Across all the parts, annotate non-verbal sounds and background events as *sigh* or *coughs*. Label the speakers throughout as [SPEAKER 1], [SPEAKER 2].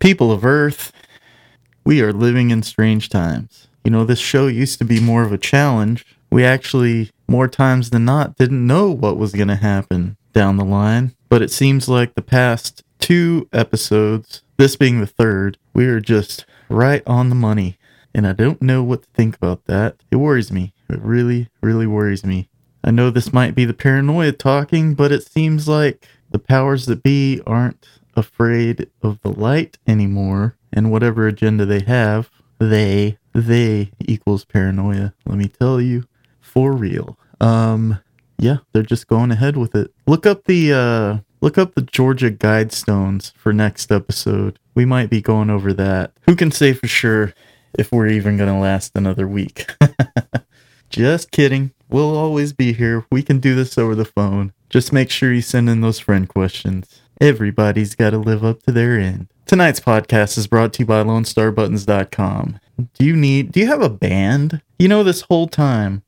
[SPEAKER 1] People of Earth, we are living in strange times. You know, this show used to be more of a challenge. We actually, more times than not, didn't know what was going to happen down the line. But it seems like the past two episodes, this being the third, we are just right on the money. And I don't know what to think about that. It worries me. It really, really worries me. I know this might be the paranoia talking, but it seems like the powers that be aren't afraid of the light anymore, and whatever agenda they have, they they equals paranoia. Let me tell you, for real. Um, yeah, they're just going ahead with it. Look up the uh, look up the Georgia Guidestones for next episode. We might be going over that. Who can say for sure if we're even gonna last another week? *laughs* Just kidding. We'll always be here. We can do this over the phone. Just make sure you send in those friend questions. Everybody's got to live up to their end. Tonight's podcast is brought to you by LoneStarButtons.com. Do you need, do you have a band? You know, this whole time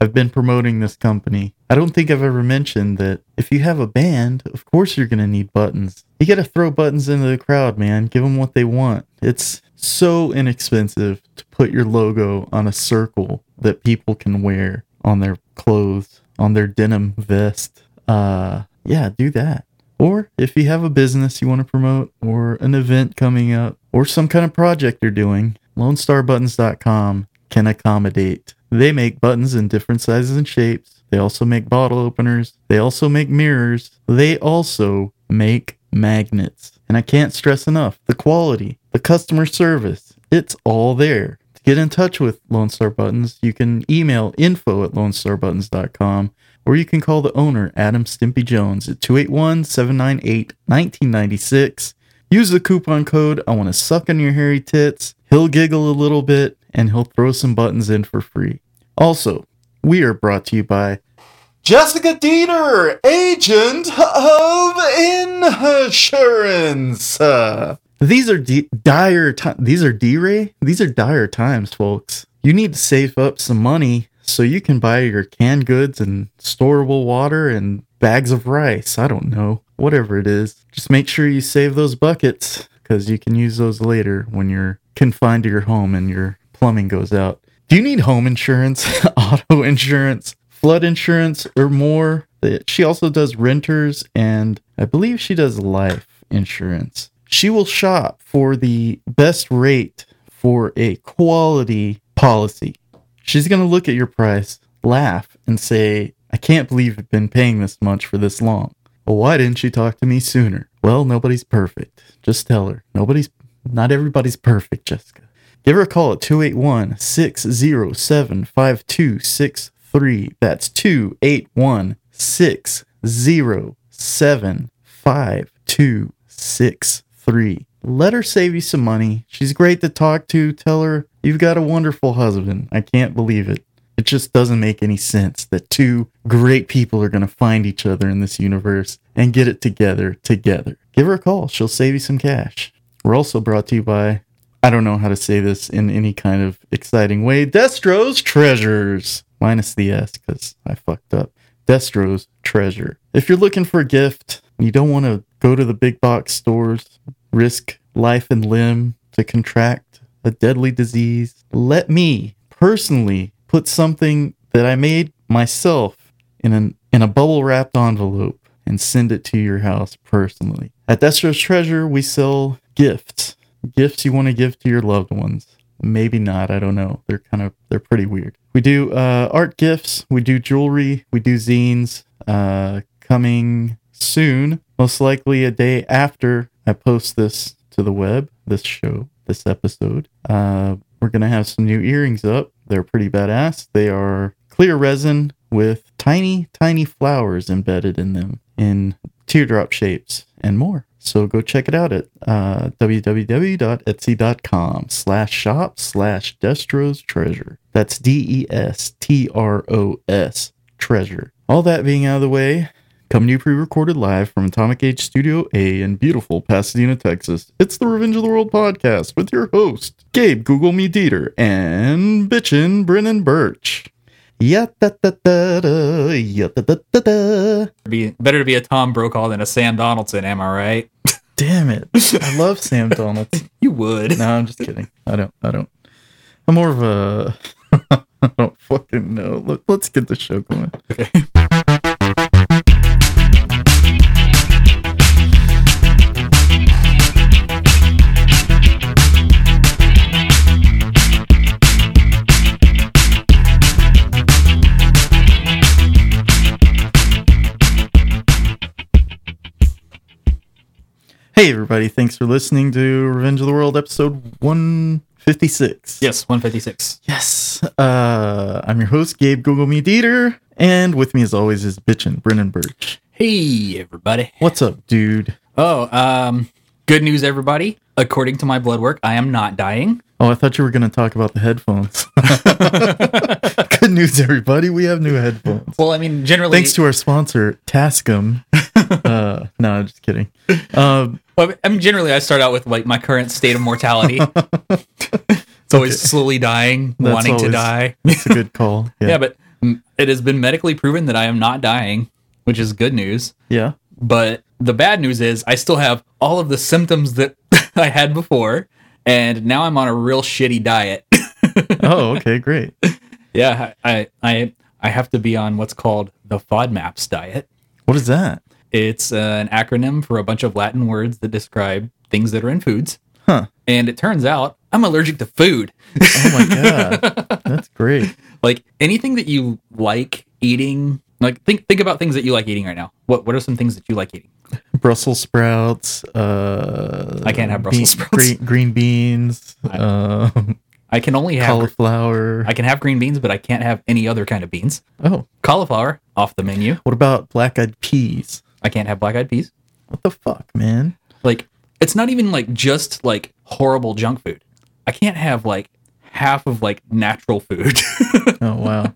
[SPEAKER 1] I've been promoting this company. I don't think I've ever mentioned that if you have a band, of course you're going to need buttons. You got to throw buttons into the crowd, man. Give them what they want. It's so inexpensive to put your logo on a circle that people can wear on their clothes, on their denim vest. Uh, yeah, do that. Or if you have a business you want to promote, or an event coming up, or some kind of project you're doing, LoneStarButtons.com can accommodate. They make buttons in different sizes and shapes. They also make bottle openers. They also make mirrors. They also make magnets. And I can't stress enough the quality, the customer service, it's all there get in touch with Lone Star Buttons, you can email info at lonestarbuttons.com or you can call the owner, Adam Stimpy Jones, at 281 798 1996. Use the coupon code I want to suck on your hairy tits. He'll giggle a little bit and he'll throw some buttons in for free. Also, we are brought to you by Jessica Dieter, agent of insurance. Uh, these are di- dire times. These are D-Ray. These are dire times, folks. You need to save up some money so you can buy your canned goods and storable water and bags of rice. I don't know. Whatever it is. Just make sure you save those buckets because you can use those later when you're confined to your home and your plumbing goes out. Do you need home insurance, *laughs* auto insurance, flood insurance, or more? She also does renters and I believe she does life insurance she will shop for the best rate for a quality policy. She's going to look at your price, laugh, and say, I can't believe you've been paying this much for this long. Well, why didn't you talk to me sooner? Well, nobody's perfect. Just tell her. Nobody's, not everybody's perfect, Jessica. Give her a call at 281 607 5263. That's 281 607 5263 three. Let her save you some money. She's great to talk to. Tell her you've got a wonderful husband. I can't believe it. It just doesn't make any sense that two great people are going to find each other in this universe and get it together together. Give her a call. She'll save you some cash. We're also brought to you by, I don't know how to say this in any kind of exciting way, Destro's Treasures. Minus the S because I fucked up. Destro's Treasure. If you're looking for a gift, you don't want to go to the big box stores, risk life and limb to contract a deadly disease. Let me personally put something that I made myself in an in a bubble wrapped envelope and send it to your house personally. At Destro's Treasure, we sell gifts. Gifts you want to give to your loved ones. Maybe not, I don't know. They're kind of they're pretty weird. We do uh, art gifts, we do jewelry, we do zines. Uh, coming soon, most likely a day after I post this to the web, this show, this episode. Uh, we're going to have some new earrings up. They're pretty badass. They are clear resin with tiny, tiny flowers embedded in them in teardrop shapes and more. So go check it out at uh, www.etsy.com slash shop slash Destro's Treasure. That's E D-E-S-T-R-O-S, treasure. All that being out of the way, Come new pre recorded live from Atomic Age Studio A in beautiful Pasadena, Texas. It's the Revenge of the World podcast with your host, Gabe Google Me Dieter, and bitchin' Brennan Birch. Yeah, da da da da, yeah, da da da da.
[SPEAKER 2] Be, better to be a Tom Brokaw than a Sam Donaldson, am I right?
[SPEAKER 1] damn it. I love Sam Donuts.
[SPEAKER 2] You would.
[SPEAKER 1] No, I'm just kidding. I don't. I don't. I'm more of a. *laughs* I don't fucking know. Let, let's get the show going.
[SPEAKER 2] Okay.
[SPEAKER 1] Hey, everybody. Thanks for listening to Revenge of the World, episode 156.
[SPEAKER 2] Yes, 156.
[SPEAKER 1] Yes. Uh, I'm your host, Gabe Google Me Dieter. And with me, as always, is bitchin' Brennan Birch.
[SPEAKER 2] Hey, everybody.
[SPEAKER 1] What's up, dude?
[SPEAKER 2] Oh, um, good news, everybody. According to my blood work, I am not dying.
[SPEAKER 1] Oh, I thought you were going to talk about the headphones. *laughs* Good news, everybody. We have new headphones.
[SPEAKER 2] Well, I mean, generally,
[SPEAKER 1] Thanks to our sponsor, Tascam. Uh, *laughs* no, I'm just kidding. Um,
[SPEAKER 2] Well, I mean, generally, I start out with like my current state of
[SPEAKER 1] *laughs*
[SPEAKER 2] mortality. it's always slowly dying,
[SPEAKER 1] That's
[SPEAKER 2] wanting to
[SPEAKER 1] always-
[SPEAKER 2] die.
[SPEAKER 1] it's a good call. *laughs* Yeah.
[SPEAKER 2] Yeah, but mm, it has been medically proven that I am not dying, which is good news.
[SPEAKER 1] yeah.
[SPEAKER 2] But the bad news is I still have all of the symptoms that *laughs* I had before, and now I'm on a real shitty diet. *coughs*
[SPEAKER 1] Oh, okay. Great.
[SPEAKER 2] yeah, I, I I have to be on what's called the FODMAPs diet.
[SPEAKER 1] What is that?
[SPEAKER 2] It's uh, an acronym for a bunch of Latin words that describe things that are in foods.
[SPEAKER 1] Huh.
[SPEAKER 2] And it turns out I'm allergic to food. *laughs*
[SPEAKER 1] Oh, my God. That's great.
[SPEAKER 2] like anything that you like eating. Like think think about things that you like eating right now. What what are some things that you like eating?
[SPEAKER 1] Brussels sprouts. Uh,
[SPEAKER 2] I can't have Brussels
[SPEAKER 1] bean-
[SPEAKER 2] sprouts.
[SPEAKER 1] Green, green beans, um,
[SPEAKER 2] I can only have
[SPEAKER 1] cauliflower.
[SPEAKER 2] I can have green beans, but I can't have any other kind of beans.
[SPEAKER 1] oh,
[SPEAKER 2] Cauliflower off the menu.
[SPEAKER 1] what about black eyed peas?
[SPEAKER 2] I can't have black eyed peas.
[SPEAKER 1] What the fuck, man?
[SPEAKER 2] Like it's not even like just like horrible junk food. I can't have like half of like natural food. *laughs*
[SPEAKER 1] Oh, wow.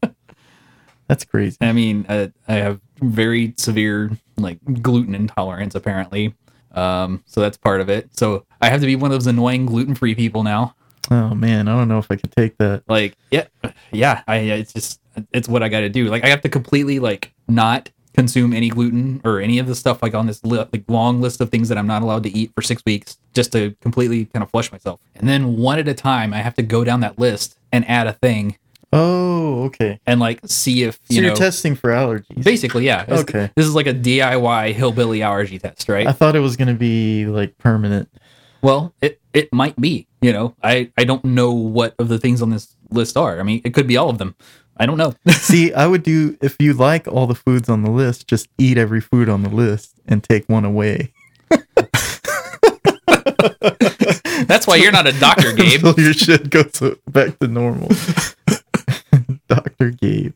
[SPEAKER 1] That's crazy.
[SPEAKER 2] I mean, uh, I have very severe like gluten intolerance apparently. Um, so that's part of it. So I have to be one of those annoying gluten free people now.
[SPEAKER 1] Oh, man. I don't know if I could take that.
[SPEAKER 2] Like, yeah, yeah. I it's just it's what I got to do. Like, I have to completely like not consume any gluten or any of the stuff like on this li- like long list of things that I'm not allowed to eat for six weeks just to completely kind of flush myself. And then one at a time, I have to go down that list and add a thing
[SPEAKER 1] Oh, okay.
[SPEAKER 2] and like see if
[SPEAKER 1] So
[SPEAKER 2] you
[SPEAKER 1] you are
[SPEAKER 2] know.
[SPEAKER 1] testing for allergies.
[SPEAKER 2] Basically, yeah. It's-
[SPEAKER 1] Okay. Uh,
[SPEAKER 2] This is like a DIY hillbilly allergy test, right?
[SPEAKER 1] I thought it was going to be like permanent.
[SPEAKER 2] well, it it might be. You know, I I don't know what of the things on this list are. I mean, it could be all of them. I don't know. *laughs*
[SPEAKER 1] See, I would do if you like all the foods on the list, just eat every food on the list and take one away. *laughs*
[SPEAKER 2] That's why you're not a doctor, Gabe.
[SPEAKER 1] Until your shit goes back to
[SPEAKER 2] *laughs*
[SPEAKER 1] normal. *laughs* Dr. Gabe.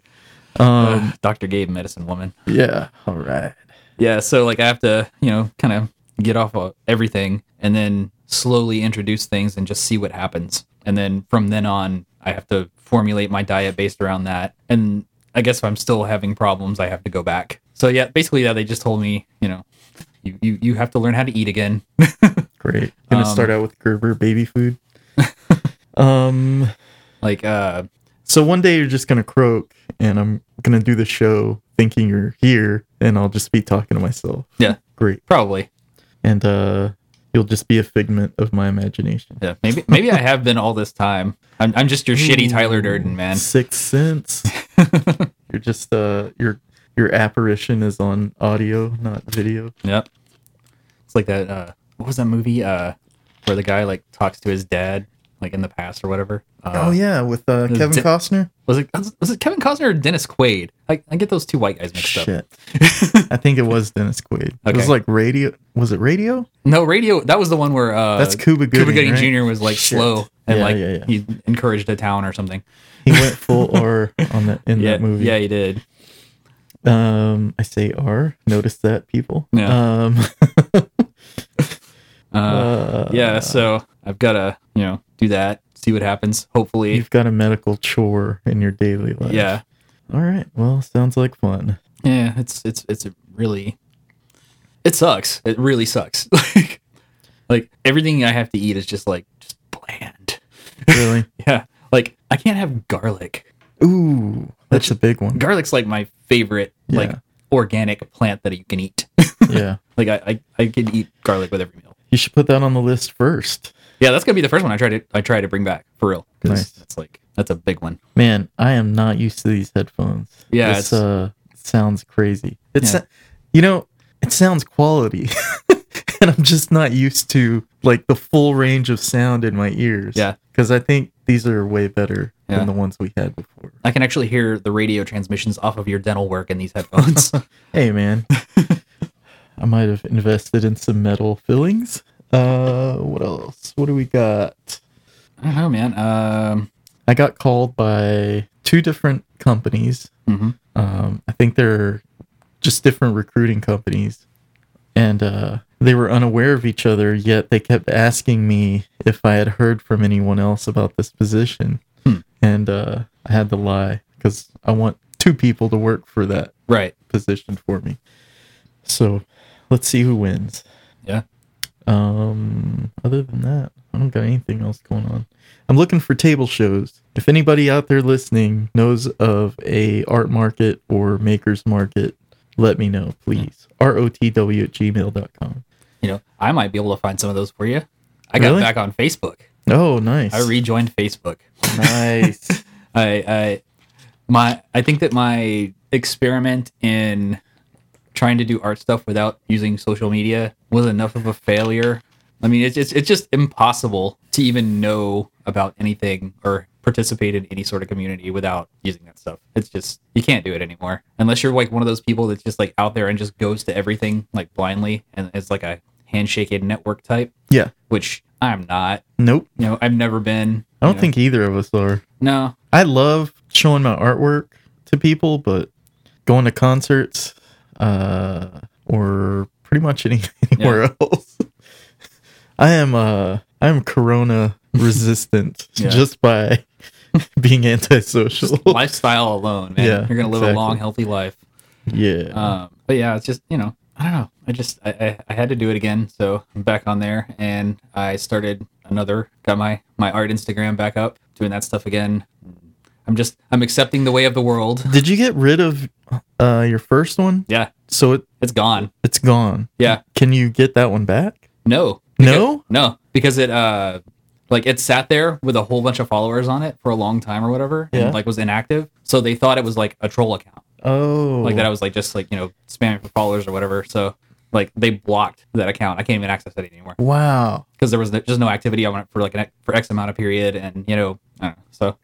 [SPEAKER 1] Um,
[SPEAKER 2] *laughs* Ugh, Dr. Gabe, medicine woman.
[SPEAKER 1] yeah. All right.
[SPEAKER 2] Yeah, so like I have to, you know, kind of get off of everything and then slowly introduce things and just see what happens. And then from then on, I have to formulate my diet based around that. And I guess if I'm still having problems, I have to go back. So yeah, basically, yeah, they just told me, you know, you you, you have to learn how to eat again.
[SPEAKER 1] Great. Gonna
[SPEAKER 2] Um,
[SPEAKER 1] start out with Gerber baby food. *laughs* um,
[SPEAKER 2] like, uh,
[SPEAKER 1] so one day you're just gonna croak, and I'm gonna do the show thinking you're here, and I'll just be talking to myself.
[SPEAKER 2] yeah,
[SPEAKER 1] Great.
[SPEAKER 2] probably,
[SPEAKER 1] And uh, you'll just be a figment of my imagination.
[SPEAKER 2] yeah, maybe maybe I have been all this time. I'm I'm just your shitty Tyler Durden, man.
[SPEAKER 1] Sixth Sense.
[SPEAKER 2] *laughs*
[SPEAKER 1] you're just uh your your apparition is on audio, not video.
[SPEAKER 2] Yep. It's like that. Uh, what was that movie? Uh, where the guy like talks to his dad like in the past or whatever. Uh,
[SPEAKER 1] oh yeah, with uh,
[SPEAKER 2] the
[SPEAKER 1] Kevin
[SPEAKER 2] di-
[SPEAKER 1] Costner.
[SPEAKER 2] Was it was it Kevin Costner or Dennis Quaid? I, I get those two white guys mixed up. *laughs*
[SPEAKER 1] Shit. I think it was Dennis Quaid. It was
[SPEAKER 2] Okay.
[SPEAKER 1] like radio. Was it radio?
[SPEAKER 2] No, radio. That was the one where uh,
[SPEAKER 1] That's Cuba Gooding.
[SPEAKER 2] Cuba Gooding
[SPEAKER 1] right?
[SPEAKER 2] Jr. was like
[SPEAKER 1] Shit.
[SPEAKER 2] slow and
[SPEAKER 1] Yeah,
[SPEAKER 2] like
[SPEAKER 1] yeah, yeah.
[SPEAKER 2] he encouraged a town or something.
[SPEAKER 1] He went
[SPEAKER 2] *laughs*
[SPEAKER 1] full R on that in
[SPEAKER 2] yeah,
[SPEAKER 1] that movie.
[SPEAKER 2] yeah, he did.
[SPEAKER 1] Um, I say R. Notice that people.
[SPEAKER 2] Yeah. *laughs*
[SPEAKER 1] Um,
[SPEAKER 2] Uh,
[SPEAKER 1] uh,
[SPEAKER 2] yeah. So I've got to you know do that. See what happens. Hopefully,
[SPEAKER 1] You've uh, got a medical chore in your daily life.
[SPEAKER 2] yeah,
[SPEAKER 1] All right. Well, sounds like fun.
[SPEAKER 2] yeah. It's it's it's a really it sucks. It really sucks. *laughs* like, like everything I have to eat is just like just bland. *laughs*
[SPEAKER 1] Really.
[SPEAKER 2] Yeah. Like I can't have garlic.
[SPEAKER 1] Ooh, that's a big
[SPEAKER 2] *laughs*
[SPEAKER 1] one.
[SPEAKER 2] Garlic's like my favorite like
[SPEAKER 1] Yeah.
[SPEAKER 2] organic plant that you can eat. *laughs*
[SPEAKER 1] Yeah.
[SPEAKER 2] like I, I I can eat garlic with every meal.
[SPEAKER 1] You should put that on the list first.
[SPEAKER 2] Yeah, that's gonna be the first one I try to I try to bring back for real. 'cause
[SPEAKER 1] Nice.
[SPEAKER 2] That's like that's a big one.
[SPEAKER 1] Man, I am not used to these headphones.
[SPEAKER 2] Yeah,
[SPEAKER 1] this,
[SPEAKER 2] it's-
[SPEAKER 1] uh, sounds crazy. It's
[SPEAKER 2] Yeah.
[SPEAKER 1] you know, it sounds quality, *laughs* and I'm just not used to like the full range of sound in my ears.
[SPEAKER 2] Yeah.
[SPEAKER 1] because I think these are way better
[SPEAKER 2] Yeah.
[SPEAKER 1] than the ones we had before.
[SPEAKER 2] I can actually hear the radio transmissions off of your dental work in these
[SPEAKER 1] *laughs*
[SPEAKER 2] headphones.
[SPEAKER 1] Hey,
[SPEAKER 2] *laughs*
[SPEAKER 1] man, I might have invested in some metal fillings. Uh, what else? What do we got?
[SPEAKER 2] I don't know, man. Um,
[SPEAKER 1] I got called by two different companies
[SPEAKER 2] mhm.
[SPEAKER 1] Um, I think they're just different recruiting companies, and uh, they were unaware of each other. Yet they kept asking me if I had heard from anyone else about this position,
[SPEAKER 2] Hmm.
[SPEAKER 1] and uh, I had to lie because I want two people to work for that
[SPEAKER 2] Right.
[SPEAKER 1] position for me. So, let's see who wins.
[SPEAKER 2] Yeah.
[SPEAKER 1] Um, other than that, I don't got anything else going on. I'm looking for table shows. If anybody out there listening knows of a art market or makers market, let me know, please. R-O-T-W at gmail.com.
[SPEAKER 2] You know, I might be able to find some of those for you. I got
[SPEAKER 1] Really?
[SPEAKER 2] back on Facebook.
[SPEAKER 1] Oh, nice.
[SPEAKER 2] I *laughs* rejoined Facebook.
[SPEAKER 1] nice.
[SPEAKER 2] I, I my I think that my experiment in trying to do art stuff without using social media was enough of a failure. I mean, it's it's, it's just impossible to even know about anything or participate in any sort of community without using that stuff. It's just you can't do it anymore unless you're like one of those people that's just like out there and just goes to everything like blindly and it's like a handshake and network type,
[SPEAKER 1] yeah.
[SPEAKER 2] which I'm not.
[SPEAKER 1] Nope.
[SPEAKER 2] You know, I've never been.
[SPEAKER 1] I don't
[SPEAKER 2] you know.
[SPEAKER 1] think either of us are.
[SPEAKER 2] no.
[SPEAKER 1] I love showing my artwork to people, but going to concerts uh, or pretty much any, *laughs* anywhere else. *laughs* I am uh, I am
[SPEAKER 2] *laughs*
[SPEAKER 1] corona resistant
[SPEAKER 2] Yeah.
[SPEAKER 1] just by *laughs* being antisocial.
[SPEAKER 2] just *laughs* lifestyle alone, man.
[SPEAKER 1] Yeah,
[SPEAKER 2] You're gonna live
[SPEAKER 1] exactly.
[SPEAKER 2] a long, healthy life.
[SPEAKER 1] *laughs* yeah,
[SPEAKER 2] Um, but yeah, it's just you know, I don't know. I just I, I, I had to do it again, so I'm back on there, and I started another. Got my my art Instagram back up, doing that stuff again. I'm just I'm accepting the way of the world.
[SPEAKER 1] did you get rid of uh, your first one?
[SPEAKER 2] Yeah,
[SPEAKER 1] So it
[SPEAKER 2] it's gone.
[SPEAKER 1] it's gone.
[SPEAKER 2] Yeah,
[SPEAKER 1] Can you get that one back?
[SPEAKER 2] no,
[SPEAKER 1] No?
[SPEAKER 2] no, because it uh like it sat there with a whole bunch of followers on it for a long time or whatever,
[SPEAKER 1] Yeah.
[SPEAKER 2] and like was inactive. So they thought it was like a troll account.
[SPEAKER 1] Oh,
[SPEAKER 2] like that I was like just like you know spamming for followers or whatever. So like they blocked that account. I can't even access it anymore
[SPEAKER 1] Wow,
[SPEAKER 2] because there was no, just no activity on it for like an, e, for X amount of period, and you know, I don't know. so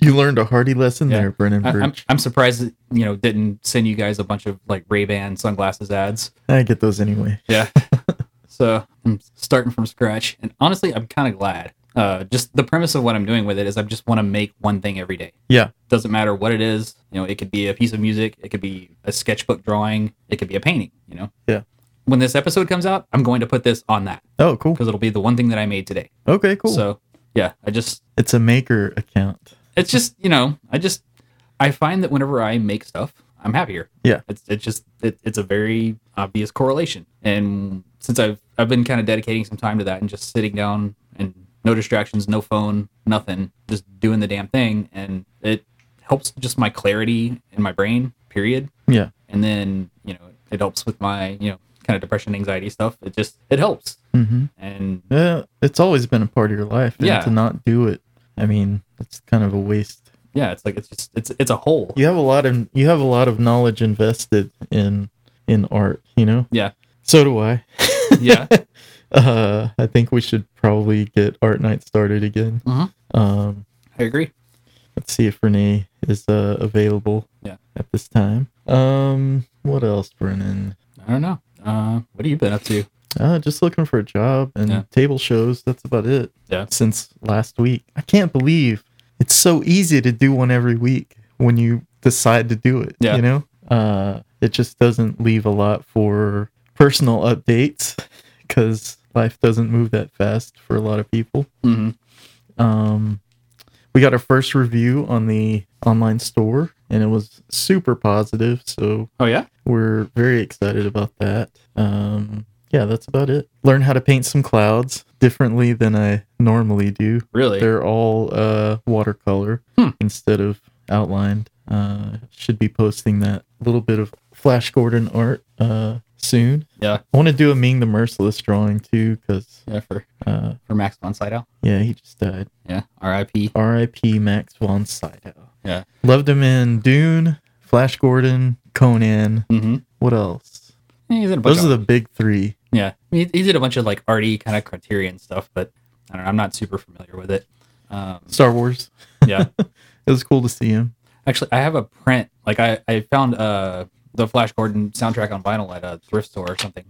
[SPEAKER 1] you learned a hearty lesson
[SPEAKER 2] Yeah.
[SPEAKER 1] there, Brennan.
[SPEAKER 2] I, am
[SPEAKER 1] Birch.
[SPEAKER 2] I'm surprised that, you know didn't send you guys a bunch of like Ray Ban sunglasses ads.
[SPEAKER 1] I get those anyway.
[SPEAKER 2] Yeah, *laughs* so I'm starting from scratch, and honestly, I'm kind of glad. Uh, just the premise of what I'm doing with it is I just want to make one thing every day.
[SPEAKER 1] Yeah.
[SPEAKER 2] Doesn't matter what it is. You know, it could be a piece of music, it could be a sketchbook drawing, it could be a painting. You know.
[SPEAKER 1] Yeah.
[SPEAKER 2] When this episode comes out, I'm going to put this on that
[SPEAKER 1] Oh, cool.
[SPEAKER 2] because it'll be the one thing that I made today.
[SPEAKER 1] Okay, cool.
[SPEAKER 2] So yeah, I just
[SPEAKER 1] It's a maker account.
[SPEAKER 2] it's just you know I just I find that whenever I make stuff, I'm happier.
[SPEAKER 1] Yeah.
[SPEAKER 2] It's it's just it, it's a very obvious correlation, and since I've I've been kind of dedicating some time to that and just sitting down and no distractions, no phone, nothing, just doing the damn thing, and it helps just my clarity in my brain. Period
[SPEAKER 1] Yeah.
[SPEAKER 2] and then you know it helps with my you know kind of depression anxiety stuff it just it helps
[SPEAKER 1] Mm-hmm.
[SPEAKER 2] and
[SPEAKER 1] Yeah. It's always been a part of your life. And
[SPEAKER 2] Yeah.
[SPEAKER 1] To not do it, I mean, it's kind of a waste.
[SPEAKER 2] yeah it's like it's just it's it's a whole
[SPEAKER 1] You have a lot of you have a lot of knowledge invested in in art. You know.
[SPEAKER 2] Yeah.
[SPEAKER 1] So do I.
[SPEAKER 2] *laughs* yeah
[SPEAKER 1] *laughs* Uh, I think we should probably get art night started again.
[SPEAKER 2] Mhm.
[SPEAKER 1] Um,
[SPEAKER 2] i agree
[SPEAKER 1] let's see if Renee is uh, available.
[SPEAKER 2] Yeah.
[SPEAKER 1] At this time. Um, what else, Brennan?
[SPEAKER 2] i don't know uh what have you been up to
[SPEAKER 1] Uh, just looking for a job and
[SPEAKER 2] Yeah.
[SPEAKER 1] table shows. That's about it.
[SPEAKER 2] Yeah.
[SPEAKER 1] Since last week, I can't believe it's so easy to do one every week when you decide to do it.
[SPEAKER 2] Yeah.
[SPEAKER 1] You know, uh, it just doesn't leave a lot for personal updates because life doesn't move that fast for a lot of people.
[SPEAKER 2] mm-hmm.
[SPEAKER 1] Um, we got our first review on the online store, and it was super positive. So
[SPEAKER 2] oh yeah
[SPEAKER 1] we're very excited about that. Um, yeah, that's about it. Learn how to paint some clouds differently than I normally do.
[SPEAKER 2] really
[SPEAKER 1] They're all uh, watercolor
[SPEAKER 2] Hmm.
[SPEAKER 1] instead of outlined. Uh, should be posting that little bit of Flash Gordon art uh, soon.
[SPEAKER 2] Yeah.
[SPEAKER 1] I want to do a Ming the Merciless drawing too, because
[SPEAKER 2] Yeah, for
[SPEAKER 1] uh,
[SPEAKER 2] for Max von Sydow.
[SPEAKER 1] yeah, he just died.
[SPEAKER 2] Yeah, R.I.P.
[SPEAKER 1] R.I.P. Max von Sydow.
[SPEAKER 2] Yeah.
[SPEAKER 1] loved him in Dune, Flash Gordon, Conan.
[SPEAKER 2] Mm-hmm.
[SPEAKER 1] What else?
[SPEAKER 2] He did a bunch
[SPEAKER 1] Those
[SPEAKER 2] of,
[SPEAKER 1] are the big three.
[SPEAKER 2] yeah. He, he did a bunch of like arty kind of Criterion stuff, but I don't know. I'm not super familiar with it. Um,
[SPEAKER 1] Star Wars.
[SPEAKER 2] yeah.
[SPEAKER 1] It was cool to see him.
[SPEAKER 2] Actually, I have a print. Like I, I found uh the Flash Gordon soundtrack on vinyl at a thrift store or something.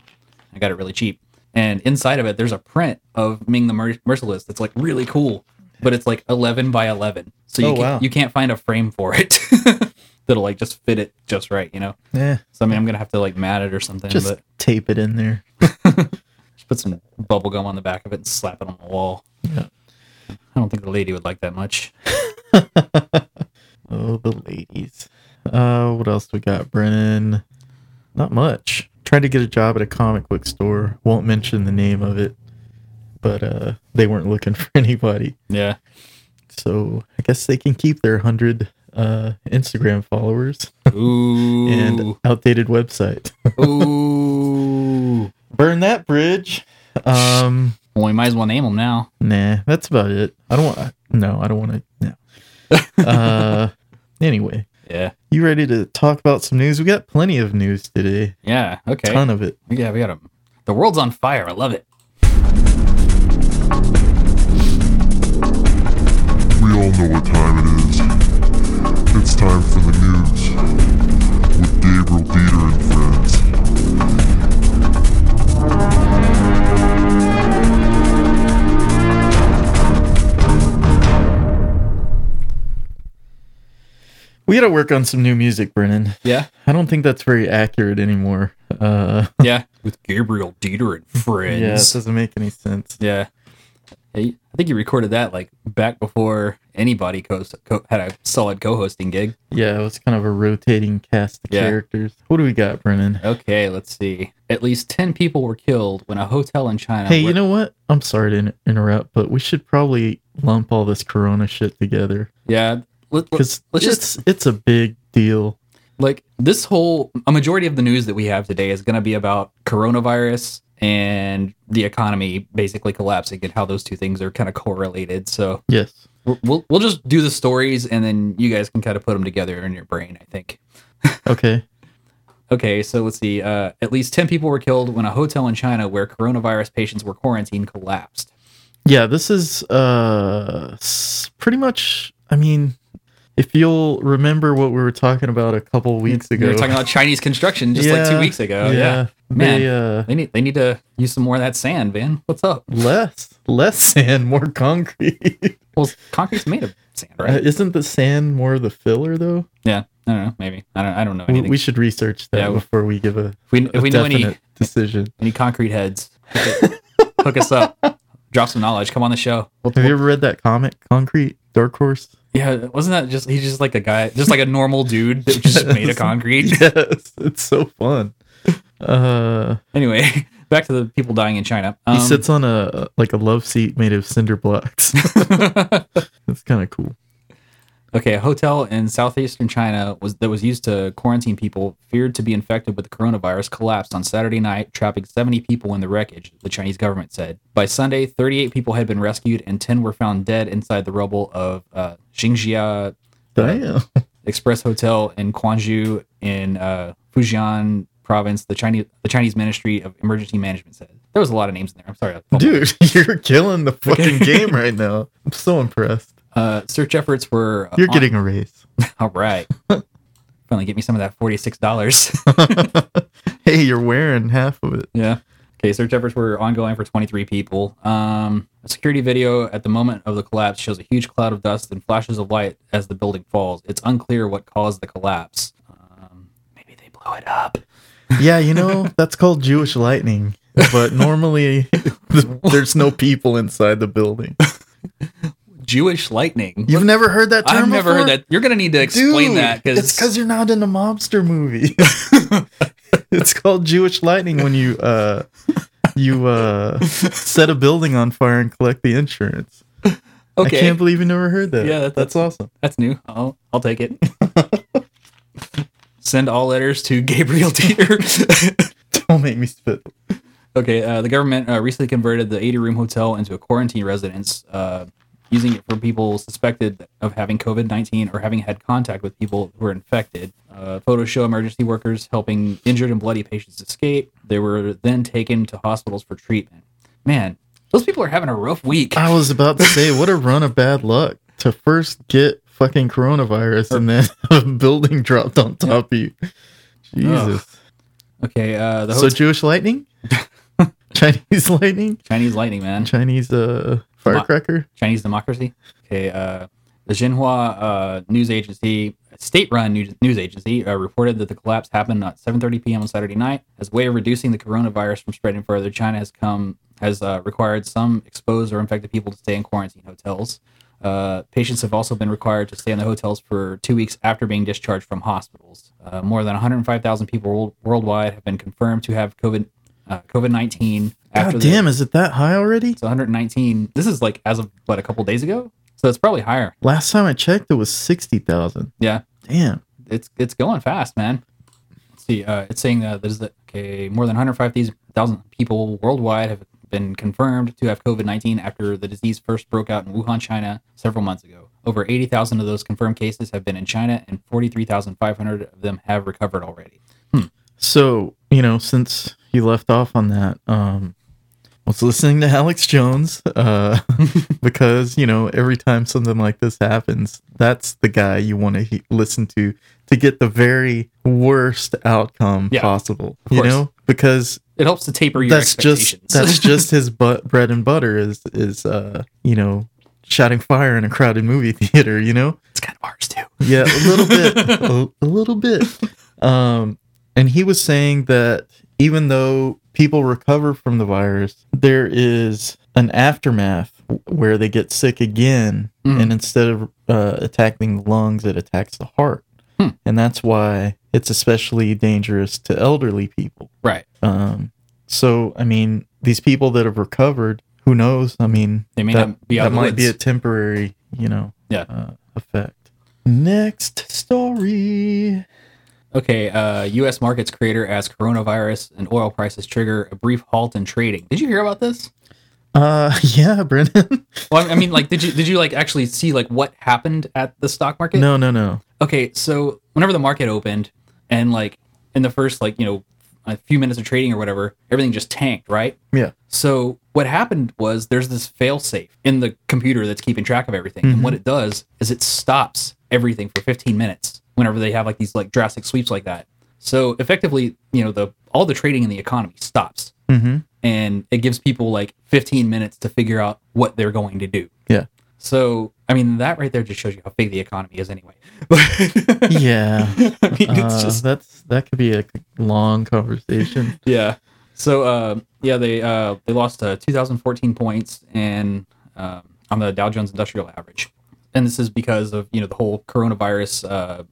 [SPEAKER 2] I got it really cheap. And inside of it, there's a print of Ming the Mer- Merciless that's like really cool, but it's like 11 by 11, so you
[SPEAKER 1] Oh,
[SPEAKER 2] can't,
[SPEAKER 1] wow.
[SPEAKER 2] you can't find a frame for it *laughs* that'll like just fit it just right, you know.
[SPEAKER 1] Yeah,
[SPEAKER 2] So I mean, I'm gonna have to like mat it or something,
[SPEAKER 1] just
[SPEAKER 2] but
[SPEAKER 1] tape it in there.
[SPEAKER 2] just put some bubble gum on the back of it and slap it on the wall.
[SPEAKER 1] Yeah.
[SPEAKER 2] I don't think the lady would like that much.
[SPEAKER 1] Oh, the ladies. Uh, what else we got, Brennan? Not much. Tried to get a job at a comic book store. Won't mention the name of it, but uh, they weren't looking *laughs* for anybody.
[SPEAKER 2] Yeah.
[SPEAKER 1] So I guess they can keep their hundred uh, Instagram followers
[SPEAKER 2] Ooh.
[SPEAKER 1] and outdated website. *laughs*
[SPEAKER 2] Ooh.
[SPEAKER 1] Burn that bridge. Um,
[SPEAKER 2] Well, we might as well name them now.
[SPEAKER 1] nah, that's about it. I don't want. No, I don't want to.
[SPEAKER 2] *laughs*
[SPEAKER 1] No. Uh, anyway,
[SPEAKER 2] Yeah.
[SPEAKER 1] you ready to talk about some news? We got plenty of news today.
[SPEAKER 2] Yeah. Okay.
[SPEAKER 1] Ton of it.
[SPEAKER 2] Yeah, we got them. The world's on fire. I love it.
[SPEAKER 3] We all know what time it is. It's time for the news with Gabriel Dieter and friends.
[SPEAKER 1] We got to work on some new music, Brennan.
[SPEAKER 2] Yeah.
[SPEAKER 1] I don't think that's very accurate anymore. Uh,
[SPEAKER 2] *laughs* Yeah. *laughs* With Gabriel Dieter and
[SPEAKER 1] yeah, it
[SPEAKER 2] friends.
[SPEAKER 1] doesn't make any sense.
[SPEAKER 2] Yeah. Hey, I think you recorded that like back before anybody co- co- had a solid co-hosting gig.
[SPEAKER 1] Yeah, it was kind of a rotating cast of
[SPEAKER 2] Yeah.
[SPEAKER 1] characters. What do we got, Brennan?
[SPEAKER 2] Okay, let's see. At least ten people were killed when a hotel in China.
[SPEAKER 1] Hey, you
[SPEAKER 2] where-
[SPEAKER 1] know what? I'm sorry to in- interrupt, but we should probably lump all this corona shit together
[SPEAKER 2] Yeah. Let, let,
[SPEAKER 1] because
[SPEAKER 2] let's just
[SPEAKER 1] it's, it's a big deal.
[SPEAKER 2] like this whole a majority of the news that we have today is going to be about coronavirus and the economy basically collapsing and how those two things are kind of correlated so
[SPEAKER 1] Yes.
[SPEAKER 2] we'll- we'll we'll just do the stories and then you guys can kind of put them together in your brain i think
[SPEAKER 1] Okay.
[SPEAKER 2] okay so let's see uh, at least 10 people were killed when a hotel in china where coronavirus patients were quarantined collapsed
[SPEAKER 1] Yeah, this is uh s- pretty much. I mean, if you'll remember what we were talking about a couple weeks
[SPEAKER 2] we
[SPEAKER 1] ago,
[SPEAKER 2] were talking about chinese construction just like two
[SPEAKER 1] Yeah,
[SPEAKER 2] weeks ago yeah, Man.
[SPEAKER 1] they uh,
[SPEAKER 2] They need they need to use some more of that sand, Van. What's up?
[SPEAKER 1] less less *laughs* sand, more concrete.
[SPEAKER 2] Well, concrete's made of sand,
[SPEAKER 1] Uh,
[SPEAKER 2] right?
[SPEAKER 1] isn't the sand more the filler though?
[SPEAKER 2] Yeah, I don't know. Maybe I don't. I don't know
[SPEAKER 1] We,
[SPEAKER 2] anything.
[SPEAKER 1] we should research that
[SPEAKER 2] Yeah, we-
[SPEAKER 1] before we give a,
[SPEAKER 2] If we,
[SPEAKER 1] a
[SPEAKER 2] if we know any
[SPEAKER 1] definite decision.
[SPEAKER 2] any concrete heads,
[SPEAKER 1] *laughs*
[SPEAKER 2] hook us up. Drop some knowledge. Come on the show. We'll-
[SPEAKER 1] Have you ever read that comic, Concrete Dark
[SPEAKER 2] *laughs*
[SPEAKER 1] Horse?
[SPEAKER 2] yeah, wasn't that just he's just like a guy, just like a normal dude that
[SPEAKER 1] *laughs*
[SPEAKER 2] just made of concrete.
[SPEAKER 1] yes, it's so fun. Uh,
[SPEAKER 2] Anyway, *laughs* back to the people dying in China.
[SPEAKER 1] he
[SPEAKER 2] Um,
[SPEAKER 1] sits on a like a love seat made of cinder
[SPEAKER 2] *laughs*
[SPEAKER 1] blocks. *laughs* That's kind of cool.
[SPEAKER 2] okay, a hotel in southeastern China was that was used to quarantine people feared to be infected with the coronavirus collapsed on Saturday night, trapping 70 people in the wreckage. The Chinese government said by Sunday, 38 people had been rescued and 10 were found dead inside the rubble of uh, Xingjia
[SPEAKER 1] Damn.
[SPEAKER 2] Express Hotel in Kwangju in uh, Fujian Province. The Chinese the Chinese Ministry of Emergency Management said there was a lot of names in there. I'm sorry, I fumbled.
[SPEAKER 1] Dude, *laughs* you're killing the fucking game right now. I'm so impressed.
[SPEAKER 2] Uh, search efforts were.
[SPEAKER 1] You're
[SPEAKER 2] on- *laughs*
[SPEAKER 1] getting a raise.
[SPEAKER 2] all right. Finally, get me some of that forty six dollars. *laughs*
[SPEAKER 1] hey, you're wearing half of it.
[SPEAKER 2] yeah. Okay. Search efforts were ongoing for twenty three people. Um, a security video at the moment of the collapse shows a huge cloud of dust and flashes of light as the building falls. It's unclear what caused the collapse. Um, maybe they blow it up.
[SPEAKER 1] Yeah, you know, *laughs* that's called Jewish lightning. But
[SPEAKER 2] *laughs*
[SPEAKER 1] normally, there's no people inside the building.
[SPEAKER 2] Jewish lightning.
[SPEAKER 1] You've never heard that term
[SPEAKER 2] I've never
[SPEAKER 1] before?
[SPEAKER 2] heard that. You're gonna need to explain
[SPEAKER 1] Dude,
[SPEAKER 2] that
[SPEAKER 1] it's because
[SPEAKER 2] because
[SPEAKER 1] you're not in a mobster movie. *laughs* it's called Jewish lightning when you uh you uh set a building on fire and collect the insurance. I
[SPEAKER 2] okay,
[SPEAKER 1] can't believe you never heard that.
[SPEAKER 2] Yeah, that-
[SPEAKER 1] that's, awesome.
[SPEAKER 2] that's new. I'll I'll
[SPEAKER 1] *laughs*
[SPEAKER 2] take it. Send all letters to Gabriel Dieter. *laughs*
[SPEAKER 1] Don't make me spit.
[SPEAKER 2] Okay, uh, the government uh, recently converted the 80 room hotel into a quarantine residence, uh, using it for people suspected of having COVID 19 or having had contact with people who were infected. Uh, photos show emergency workers helping injured and bloody patients escape. They were then taken to hospitals for treatment. Man, those people are having a rough week.
[SPEAKER 1] I was about to say, what a run of bad luck to first get fucking coronavirus and then *laughs* a building dropped on top of you. Jesus.
[SPEAKER 2] Okay, uh, Oh, the
[SPEAKER 1] So
[SPEAKER 2] hotel-
[SPEAKER 1] Jewish
[SPEAKER 2] *laughs*
[SPEAKER 1] lightning, Chinese lightning,
[SPEAKER 2] Chinese lightning, man.
[SPEAKER 1] Chinese uh firecracker.
[SPEAKER 2] Chinese democracy. Okay, uh, the Xinhua uh, news agency, state-run news, news agency, uh, reported that the collapse happened at 7:30 p.m. on Saturday night. As a way of reducing the coronavirus from spreading further, China has come has uh, required some exposed or infected people to stay in quarantine hotels. Uh, patients have also been required to stay in the hotels for two weeks after being discharged from hospitals. Uh, more than 105,000 people world, worldwide have been confirmed to have COVID uh, COVID 19 after
[SPEAKER 1] God
[SPEAKER 2] the-
[SPEAKER 1] damn, is it that high already?
[SPEAKER 2] it's 119. This is like as of what a couple days ago, so it's probably higher.
[SPEAKER 1] Last time I checked, it was sixty thousand.
[SPEAKER 2] Yeah,
[SPEAKER 1] Damn.
[SPEAKER 2] it's it's going fast, man. Let's see, uh, it's saying uh, there's the, okay more than 105,000 people worldwide have been confirmed to have COVID-19 after the disease first broke out in Wuhan, China, several months ago. Over 80,000 of those confirmed cases have been in China, and 43,500 of them have recovered already.
[SPEAKER 1] So you know, since you left off on that, um, I was listening to Alex Jones uh, *laughs* because you know every time something like this happens, that's the guy you want to he- listen to to get the very worst outcome
[SPEAKER 2] Yeah,
[SPEAKER 1] possible.
[SPEAKER 2] of
[SPEAKER 1] You
[SPEAKER 2] course.
[SPEAKER 1] know, because
[SPEAKER 2] It helps to taper your
[SPEAKER 1] that's just
[SPEAKER 2] expectations. *laughs*
[SPEAKER 1] that's just his but bread and butter is is uh you know shouting fire in a crowded movie *laughs* theater you know
[SPEAKER 2] it's kind of ours too.
[SPEAKER 1] yeah a little bit a, a little bit um and he was saying that even though people recover from the virus there is an aftermath where they get sick again
[SPEAKER 2] Mm.
[SPEAKER 1] and instead of uh, attacking the lungs it attacks the heart
[SPEAKER 2] Hmm.
[SPEAKER 1] and that's why it's especially dangerous to elderly people
[SPEAKER 2] Right.
[SPEAKER 1] um, so I mean, these people that have recovered, who knows? I mean,
[SPEAKER 2] They may
[SPEAKER 1] that,
[SPEAKER 2] not be out
[SPEAKER 1] that
[SPEAKER 2] of the
[SPEAKER 1] might be a
[SPEAKER 2] woods.
[SPEAKER 1] temporary, you know,
[SPEAKER 2] Yeah.
[SPEAKER 1] uh, effect. Next story.
[SPEAKER 2] Okay, uh, U.S. markets crater as coronavirus and oil prices trigger a brief halt in trading. Did you hear about this?
[SPEAKER 1] Uh, *laughs* yeah, Brennan.
[SPEAKER 2] Well, I- I mean, like, did you did you like actually see like what happened at the stock
[SPEAKER 1] *laughs*
[SPEAKER 2] market?
[SPEAKER 1] no, no, no.
[SPEAKER 2] Okay, so whenever the market opened, and like in the first like you know a few minutes of trading or whatever, everything just tanked, right?
[SPEAKER 1] Yeah.
[SPEAKER 2] So what happened was there's this failsafe in the computer that's keeping track of everything. And
[SPEAKER 1] Mm-hmm.
[SPEAKER 2] what it does is it stops everything for 15 minutes whenever they have like these like drastic sweeps like that. So effectively, you know, the all the trading in the economy stops
[SPEAKER 1] Mm-hmm.
[SPEAKER 2] and it gives people like 15 minutes to figure out what they're going to do.
[SPEAKER 1] Yeah.
[SPEAKER 2] So, I mean, that right there just shows you how big the economy is anyway. *laughs* I
[SPEAKER 1] Yeah. *laughs*
[SPEAKER 2] mean,
[SPEAKER 1] Uh,
[SPEAKER 2] it's just
[SPEAKER 1] that's that could be a long conversation.
[SPEAKER 2] *laughs* yeah. So uh, yeah, they uh, they lost uh, 2014 points and um, on the Dow Jones Industrial Average, and this is because of you know the whole coronavirus. Uh,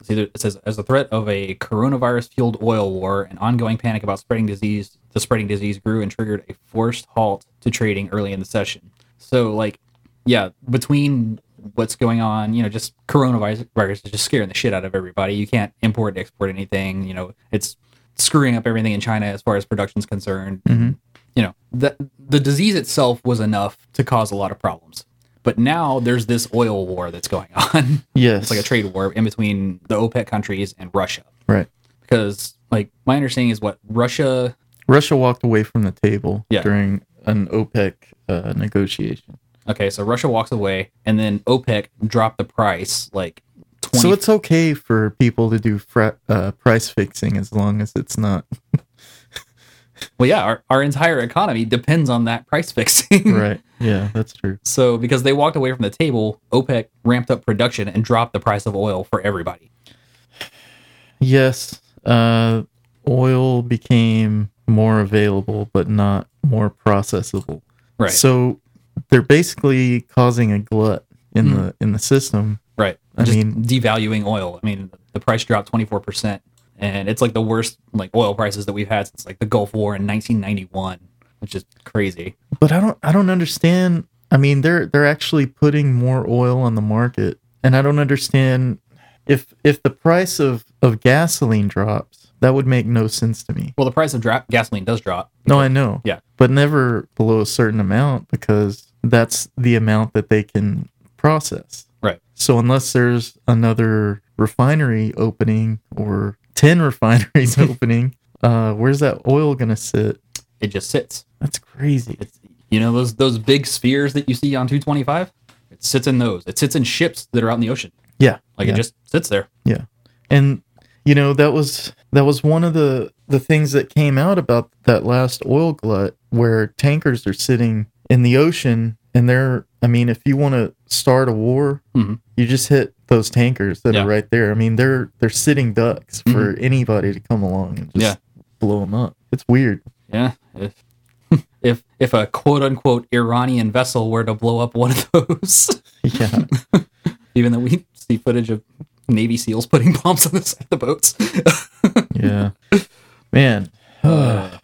[SPEAKER 2] it's either- it says as the threat of a coronavirus fueled oil war and ongoing panic about spreading disease, the spreading disease grew and triggered a forced halt to trading early in the session. So like, yeah, between what's going on, you know, just coronavirus virus is just scaring the shit out of everybody. You can't import and export anything. You know, it's screwing up everything in China as far as production's concerned.
[SPEAKER 1] Mhm.
[SPEAKER 2] You know, the the disease itself was enough to cause a lot of problems. But now there's this oil war that's going *laughs* on.
[SPEAKER 1] *laughs* Yes,
[SPEAKER 2] it's like a trade war in between the OPEC countries and Russia.
[SPEAKER 1] Right.
[SPEAKER 2] Because like my understanding is what Russia
[SPEAKER 1] Russia walked away from the table
[SPEAKER 2] Yeah.
[SPEAKER 1] during an OPEC uh, negotiation.
[SPEAKER 2] okay, so Russia walks away and then OPEC dropped the price like twenty
[SPEAKER 1] So it's okay for people to do fra- uh, price fixing as long as it's *laughs* not
[SPEAKER 2] well yeah, our, our entire economy depends on that price *laughs* fixing.
[SPEAKER 1] right. Yeah, that's true.
[SPEAKER 2] So because they walked away from the table, OPEC ramped up production and dropped the price of oil for everybody.
[SPEAKER 1] Yes, uh, oil became more available, but not more processable.
[SPEAKER 2] Right.
[SPEAKER 1] So they're basically causing a glut in
[SPEAKER 2] Mm.
[SPEAKER 1] the in the system.
[SPEAKER 2] right.
[SPEAKER 1] I
[SPEAKER 2] Just
[SPEAKER 1] mean-
[SPEAKER 2] devaluing oil. I mean, the price dropped 24%, and it's like the worst like oil prices that we've had since like the Gulf War in 1991, which is crazy.
[SPEAKER 1] But I don't I don't understand. I mean, they're they're actually putting more oil on the market, and I don't understand if if the price of of gasoline drops, That would make no sense to me.
[SPEAKER 2] Well, the price of dra- gasoline does drop.
[SPEAKER 1] No, I know.
[SPEAKER 2] Yeah.
[SPEAKER 1] But never below a certain amount because that's the amount that they can process.
[SPEAKER 2] Right.
[SPEAKER 1] So unless there's another refinery opening or 10 *laughs*
[SPEAKER 2] *laughs*
[SPEAKER 1] refineries opening, uh, where's that oil going to sit?
[SPEAKER 2] It just sits.
[SPEAKER 1] That's crazy.
[SPEAKER 2] It's you know those those big spheres that you see on 225. It sits in those. It sits in ships that are out in the ocean.
[SPEAKER 1] Yeah.
[SPEAKER 2] Like
[SPEAKER 1] yeah.
[SPEAKER 2] it just sits there.
[SPEAKER 1] Yeah. And you know, that was that was one of the the things that came out about that last oil glut where tankers are sitting in the ocean and they're I mean, if you want to start a war,
[SPEAKER 2] Mhm.
[SPEAKER 1] you just hit those tankers that
[SPEAKER 2] Yeah. Mm-hmm.
[SPEAKER 1] are right there. I mean, they're they're sitting ducks for anybody to come along and just
[SPEAKER 2] Yeah.
[SPEAKER 1] blow them up. It's weird. *laughs*
[SPEAKER 2] Yeah. If *laughs* if if a quote unquote Iranian vessel were to blow up one of *laughs* those, *laughs*
[SPEAKER 1] Yeah.
[SPEAKER 2] even though we *laughs* see footage of Navy SEALs putting *laughs* bombs on the side of the *laughs* boats.
[SPEAKER 1] yeah. Man. *sighs*
[SPEAKER 2] Uh,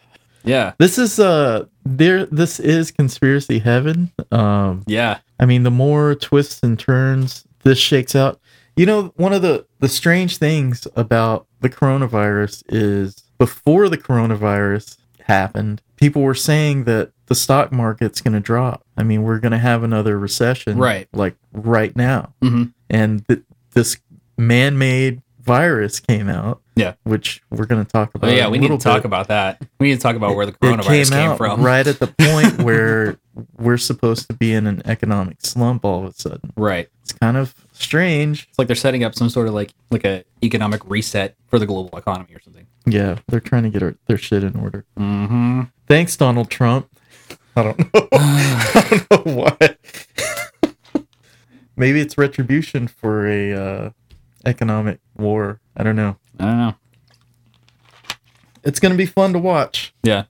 [SPEAKER 2] yeah.
[SPEAKER 1] This is uh there this is conspiracy heaven. Um
[SPEAKER 2] Yeah.
[SPEAKER 1] I mean, the more twists and turns this shakes out. You know, one of the the strange things about the coronavirus is before the coronavirus happened, people were saying that the stock market's going to drop. I mean, we're going to have another recession,
[SPEAKER 2] Right.
[SPEAKER 1] Like right now,
[SPEAKER 2] Mhm.
[SPEAKER 1] and th- this man-made virus came out.
[SPEAKER 2] Yeah.
[SPEAKER 1] which we're going to talk
[SPEAKER 2] Oh
[SPEAKER 1] about.
[SPEAKER 2] yeah,
[SPEAKER 1] in a
[SPEAKER 2] we need to
[SPEAKER 1] little
[SPEAKER 2] talk
[SPEAKER 1] bit.
[SPEAKER 2] about that. We need to talk about where the
[SPEAKER 1] It
[SPEAKER 2] coronavirus came, from.
[SPEAKER 1] right at the
[SPEAKER 2] *laughs*
[SPEAKER 1] point where we're supposed to be in an economic slump all of a sudden.
[SPEAKER 2] Right.
[SPEAKER 1] It's kind of strange.
[SPEAKER 2] It's like they're setting up some sort of like like a economic reset for the global economy or something.
[SPEAKER 1] Yeah, they're trying to get our, their shit in order.
[SPEAKER 2] Mm-hmm.
[SPEAKER 1] Thanks, Donald Trump. I don't know. *laughs* I don't know *laughs* why. Maybe it's retribution for a uh, economic war. I don't know.
[SPEAKER 2] I don't know.
[SPEAKER 1] It's gonna be fun to watch.
[SPEAKER 2] Yeah.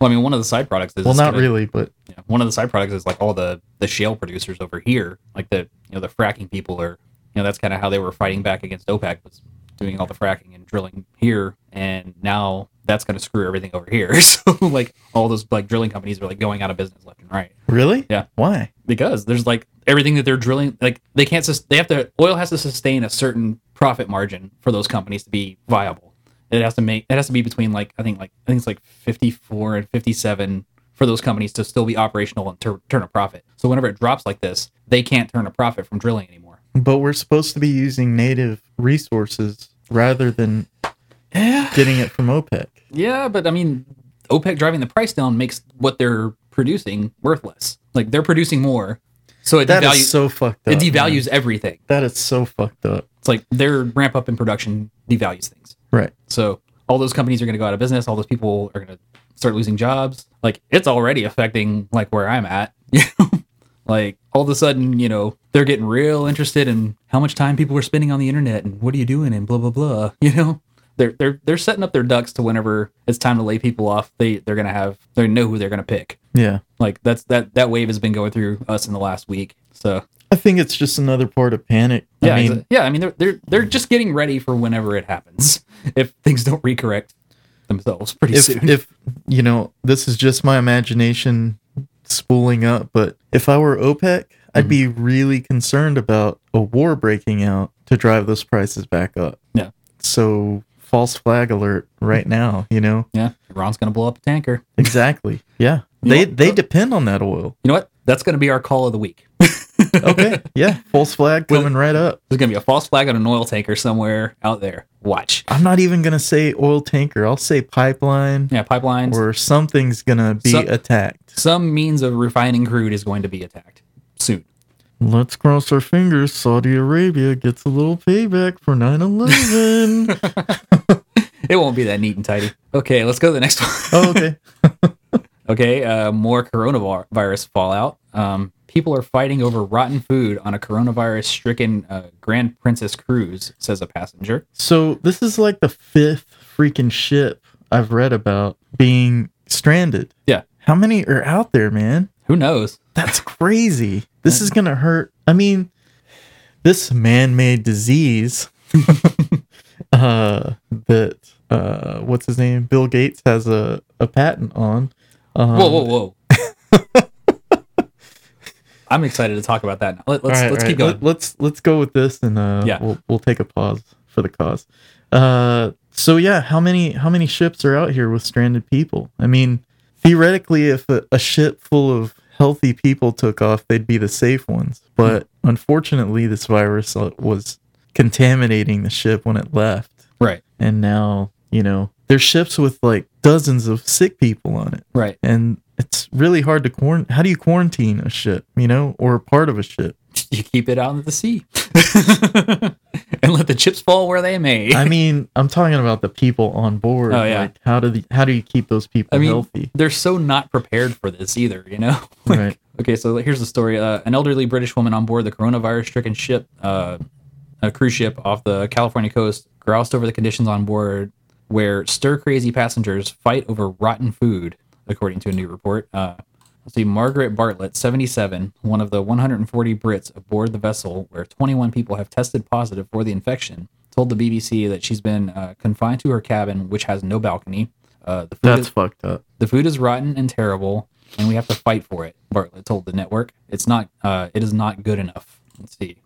[SPEAKER 2] Well, I mean, one of the side products is
[SPEAKER 1] well,
[SPEAKER 2] it's
[SPEAKER 1] not
[SPEAKER 2] gonna-
[SPEAKER 1] really, but
[SPEAKER 2] yeah, one of the side products is like all the the shale producers over here, like the you know the fracking people are you know that's kind of how they were fighting back against OPEC was doing all the fracking and drilling here, and now that's going to screw everything over here. *laughs* so like all those like drilling companies are like going out of business left and right.
[SPEAKER 1] really,
[SPEAKER 2] Yeah.
[SPEAKER 1] Why?
[SPEAKER 2] because there's like everything that they're drilling like they can't sus- they have to oil has to sustain a certain profit margin for those companies to be viable it has to make it has to be between like i think like i think it's like 54 and 57 for those companies to still be operational and tur turn a profit so whenever it drops like this they can't turn a profit from drilling anymore
[SPEAKER 1] But we're supposed to be using native resources rather than
[SPEAKER 2] yeah
[SPEAKER 1] getting it from OPEC.
[SPEAKER 2] yeah but i mean opec driving the price down makes what they're producing worthless like they're producing more so it
[SPEAKER 1] That is
[SPEAKER 2] devalues
[SPEAKER 1] so fucked up.
[SPEAKER 2] it
[SPEAKER 1] man.
[SPEAKER 2] devalues everything
[SPEAKER 1] That is so fucked up.
[SPEAKER 2] It's like their ramp up in production devalues things.
[SPEAKER 1] Right.
[SPEAKER 2] So all those companies are going to go out of business. All those people are going to start losing jobs. Like it's already affecting like where I'm at. *laughs* You know, like all of a sudden, you know, they're getting real interested in how much time people are spending on the internet and what are you doing and blah blah blah. *laughs* You know, they're they're they're setting up their ducks to whenever it's time to lay people off. They they're going to have they know who they're going to pick.
[SPEAKER 1] Yeah.
[SPEAKER 2] Like that's that that wave has been going through us in the last week. So
[SPEAKER 1] I think it's just another part of panic.
[SPEAKER 2] yeah,
[SPEAKER 1] I mean,
[SPEAKER 2] exa- yeah. I mean, they're they're they're just getting ready for whenever it happens. If things don't recorrect themselves pretty
[SPEAKER 1] if,
[SPEAKER 2] soon,
[SPEAKER 1] if you know this is just my imagination spooling up but if i were opec i'd be
[SPEAKER 2] Mm-hmm.
[SPEAKER 1] really concerned about a war breaking out to drive those prices back up
[SPEAKER 2] Yeah.
[SPEAKER 1] so false flag alert
[SPEAKER 2] *laughs*
[SPEAKER 1] right now you know
[SPEAKER 2] yeah, Iran's gonna blow up a tanker.
[SPEAKER 1] exactly yeah
[SPEAKER 2] You
[SPEAKER 1] they
[SPEAKER 2] want-
[SPEAKER 1] they depend on that
[SPEAKER 2] *laughs*
[SPEAKER 1] oil
[SPEAKER 2] You know what? That's gonna be our call of the week. *laughs*
[SPEAKER 1] okay yeah false flag
[SPEAKER 2] With-
[SPEAKER 1] coming right up
[SPEAKER 2] There's gonna be a false flag on an oil tanker somewhere out there. Watch.
[SPEAKER 1] i'm not even gonna say oil tanker i'll say pipeline
[SPEAKER 2] Yeah, pipelines.
[SPEAKER 1] or something's gonna be
[SPEAKER 2] Some-
[SPEAKER 1] attacked
[SPEAKER 2] Some means of refining crude is going to be attacked soon.
[SPEAKER 1] Let's cross our fingers Saudi Arabia gets a little payback for 9 11.
[SPEAKER 2] It won't be that neat and tidy. Okay, let's go to the next one.
[SPEAKER 1] oh, okay. Oh.
[SPEAKER 2] *laughs* Okay, uh, more coronavirus fallout. Um, people are fighting over rotten food on a coronavirus stricken uh, Grand Princess cruise, says a passenger.
[SPEAKER 1] So, this is like the fifth freaking ship I've read about being stranded.
[SPEAKER 2] Yeah.
[SPEAKER 1] How many are out there, man?
[SPEAKER 2] Who knows?
[SPEAKER 1] That's crazy. This is going to hurt. I mean, this man made disease *laughs* uh, that, uh, what's his name? Bill Gates has a, a patent on. Um, *laughs*
[SPEAKER 2] whoa, whoa, whoa. I'm excited to talk about that. Now. Let, let's
[SPEAKER 1] All right,
[SPEAKER 2] let's
[SPEAKER 1] all
[SPEAKER 2] keep
[SPEAKER 1] right.
[SPEAKER 2] going.
[SPEAKER 1] Let, us let's go with this, and uh,
[SPEAKER 2] Yeah.
[SPEAKER 1] we'll we'll take a pause for the cause. Uh, So yeah, how many how many ships are out here with stranded people? I mean, theoretically, if a, a ship full of healthy people took off, they'd be the safe ones. But unfortunately, this virus uh, was contaminating the ship when it left,
[SPEAKER 2] Right.
[SPEAKER 1] and now you know there's ships with like dozens of sick people on it,
[SPEAKER 2] Right.
[SPEAKER 1] and it's really hard to quarantine. How do you quarantine a ship, you know, or a part of a ship?
[SPEAKER 2] *laughs* You keep it out in the sea. *laughs* and let the chips fall where they may.
[SPEAKER 1] I mean, I'm talking about the people on board.
[SPEAKER 2] Oh, yeah.
[SPEAKER 1] Like, how do the how do you keep those people
[SPEAKER 2] I mean,
[SPEAKER 1] healthy?
[SPEAKER 2] they're so not prepared for this either, you know? Like,
[SPEAKER 1] Right.
[SPEAKER 2] Okay, so here's the story. Uh, an elderly British woman on board the coronavirus stricken ship, uh, a cruise ship off the California coast, groused over the conditions on board where stir crazy passengers fight over rotten food, according to a new report. Uh, let's see, Margaret Bartlett, 77, one of the 140 Brits aboard the vessel, where 21 people have tested positive for the infection, told the BBC that she's been uh, confined to her cabin, which has no balcony. Uh, the food
[SPEAKER 1] That's
[SPEAKER 2] is-
[SPEAKER 1] fucked up.
[SPEAKER 2] the food is rotten and terrible, and we have to fight for it. Bartlett told the network, "It's not. Uh, it is not good enough." Let's see.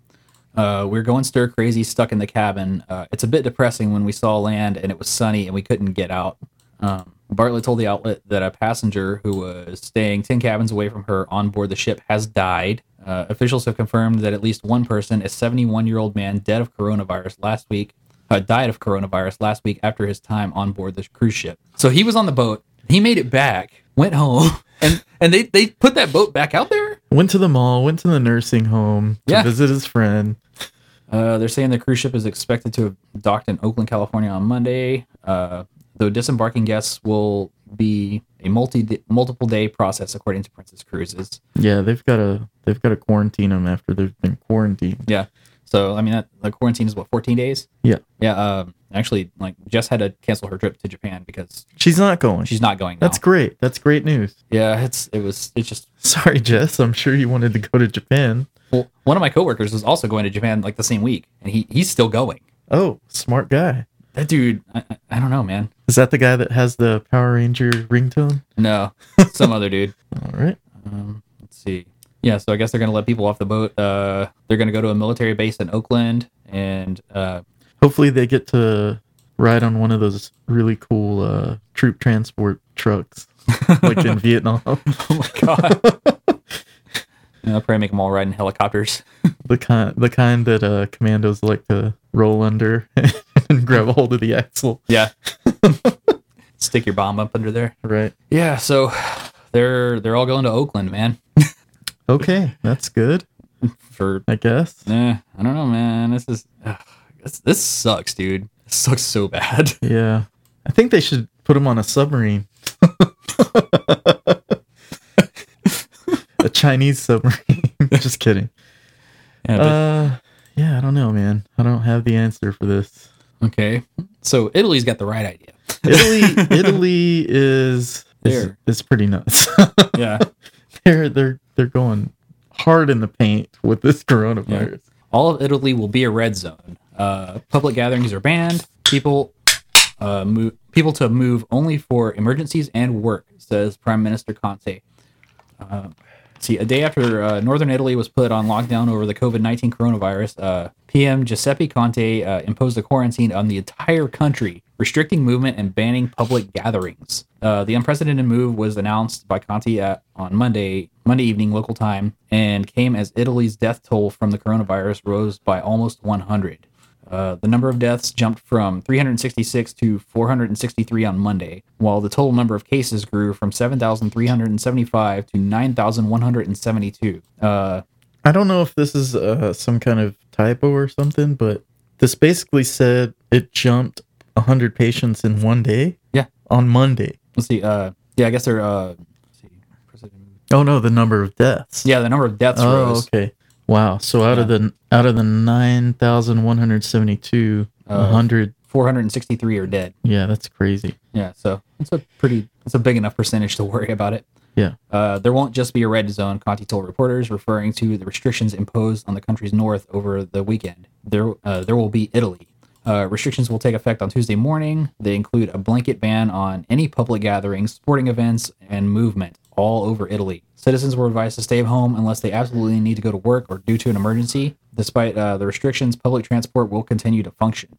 [SPEAKER 2] Uh, we're going stir crazy, stuck in the cabin. Uh, it's a bit depressing when we saw land and it was sunny and we couldn't get out. Um, Bartlett told the outlet that a passenger who was staying 10 cabins away from her on board the ship has died. Uh, officials have confirmed that at least one person, a 71 year old man dead of coronavirus last week, uh, died of coronavirus last week after his time on board the cruise ship. So he was on the boat. He made it back, went home, *laughs* and, and they, they put that boat back out there?
[SPEAKER 1] Went to the mall, went to the nursing home to
[SPEAKER 2] Yeah.
[SPEAKER 1] visit his friend.
[SPEAKER 2] Uh, they're saying the cruise ship is expected to have docked in Oakland, California on Monday. Uh, though disembarking guests will be a multi multiple day process, according to Princess Cruises.
[SPEAKER 1] Yeah, they've got to they've got to quarantine him after they've been quarantined.
[SPEAKER 2] Yeah. So I mean, that, the quarantine is what 14 days.
[SPEAKER 1] Yeah.
[SPEAKER 2] Yeah. Um, actually, like Jess had to cancel her trip to Japan because
[SPEAKER 1] She's not going.
[SPEAKER 2] she's not going. Now.
[SPEAKER 1] That's great. That's great news. *laughs*
[SPEAKER 2] yeah. It's it was it's just
[SPEAKER 1] Sorry, Jess. I'm sure you wanted to go to Japan.
[SPEAKER 2] well, one of my coworkers was also going to Japan like the same week, and he he's still going.
[SPEAKER 1] Oh, smart guy.
[SPEAKER 2] That dude, I, I- I don't know, man.
[SPEAKER 1] Is that the guy that has the Power Ranger ringtone?
[SPEAKER 2] No, some other dude.
[SPEAKER 1] All right.
[SPEAKER 2] Um, let's see. Yeah, so I guess they're going to let people off the boat. Uh, they're going to go to a military base in Oakland, and uh, *laughs*
[SPEAKER 1] Hopefully they get to ride on one of those really cool uh, troop transport trucks, like in Vietnam.
[SPEAKER 2] oh my god, Yeah, I'll probably make them all ride in helicopters.
[SPEAKER 1] the kind the kind that uh commandos like to roll under *laughs* and grab a hold of the axle
[SPEAKER 2] Yeah, *laughs* stick your bomb up under there.
[SPEAKER 1] right
[SPEAKER 2] Yeah, so they're they're all going to Oakland, man.
[SPEAKER 1] okay that's good
[SPEAKER 2] For
[SPEAKER 1] i guess
[SPEAKER 2] eh, I don't know, man. This is ugh, this, this sucks, dude. This sucks so bad. *laughs*
[SPEAKER 1] yeah i think they should put him on a submarine *laughs* a chinese submarine *laughs* just kidding
[SPEAKER 2] Yeah, but-
[SPEAKER 1] uh yeah i don't know man i don't have the answer for this
[SPEAKER 2] okay, so Italy's got the right idea. *laughs*
[SPEAKER 1] italy italy is is,
[SPEAKER 2] There.
[SPEAKER 1] is pretty nuts *laughs*
[SPEAKER 2] *laughs* Yeah.
[SPEAKER 1] they're they're they're going hard in the paint with this coronavirus
[SPEAKER 2] all of Italy will be a red zone. Uh, public gatherings are banned. People, uh, move, people to move only for emergencies and work, says Prime Minister Conte. Uh, see, a day after uh, northern Italy was put on lockdown over the COVID nineteen coronavirus, uh, PM Giuseppe Conte uh, imposed a quarantine on the entire country, restricting movement and banning public gatherings. Uh, the unprecedented move was announced by Conte at, on Monday, Monday evening local time, and came as Italy's death toll from the coronavirus rose by almost 100. Uh, the number of deaths jumped from 366 to 463 on Monday, while the total number of cases grew from 7,375 to 9,172. Uh,
[SPEAKER 1] I don't know if this is uh, some kind of typo or something, but this basically said it jumped 100 patients in one day.
[SPEAKER 2] Yeah.
[SPEAKER 1] On Monday.
[SPEAKER 2] let's see. Uh, yeah, I guess they're. Uh, let's see.
[SPEAKER 1] Oh no, the number of deaths.
[SPEAKER 2] Yeah, the number of deaths
[SPEAKER 1] Oh,
[SPEAKER 2] rose.
[SPEAKER 1] okay. Wow. So out of the out of the 9,172,
[SPEAKER 2] Uh,
[SPEAKER 1] 100
[SPEAKER 2] 463 are dead.
[SPEAKER 1] Yeah, that's crazy.
[SPEAKER 2] Yeah, so it's a pretty, it's a big enough percentage to worry about it.
[SPEAKER 1] Yeah.
[SPEAKER 2] Uh, there won't just be a red zone, Conti told reporters, referring to the restrictions imposed on the country's north over the weekend. There, uh, there will be Italy. Uh, restrictions will take effect on Tuesday morning. They include a blanket ban on any public gatherings, sporting events, and movement all over Italy. Citizens were advised to stay at home unless they absolutely need to go to work or due to an emergency. Despite uh, the restrictions, public transport will continue to function.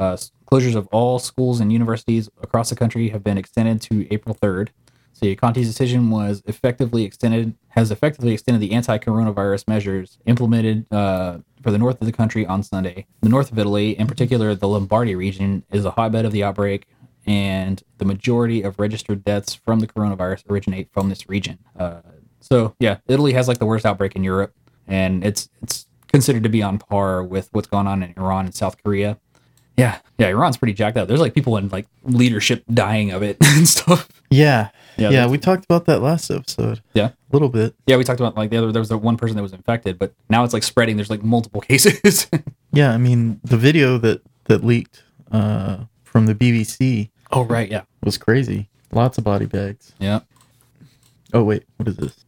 [SPEAKER 2] Uh, s- closures of all schools and universities across the country have been extended to April 3rd. So Conti's decision was effectively extended, has effectively extended the anti-coronavirus measures implemented uh, for the north of the country on Sunday. The north of Italy, in particular the Lombardy region, is a hotbed of the outbreak, and the majority of registered deaths from the coronavirus originate from this region. Uh, so yeah, Italy has like the worst outbreak in Europe, and it's it's considered to be on par with what's going on in Iran and South Korea. Yeah, yeah, Iran's pretty jacked up. There's like people in like leadership dying of it *laughs* and stuff.
[SPEAKER 1] Yeah. Yeah.
[SPEAKER 2] that's-
[SPEAKER 1] we talked about that last episode.
[SPEAKER 2] Yeah.
[SPEAKER 1] A little bit.
[SPEAKER 2] Yeah, we talked about like the other. There was the one person that was infected, but now it's like spreading. There's like multiple *laughs* cases.
[SPEAKER 1] Yeah. I mean, the video that, that leaked uh, from the BBC
[SPEAKER 2] oh right, yeah,
[SPEAKER 1] was crazy. Lots of body bags.
[SPEAKER 2] yeah.
[SPEAKER 1] Oh, wait. What is this?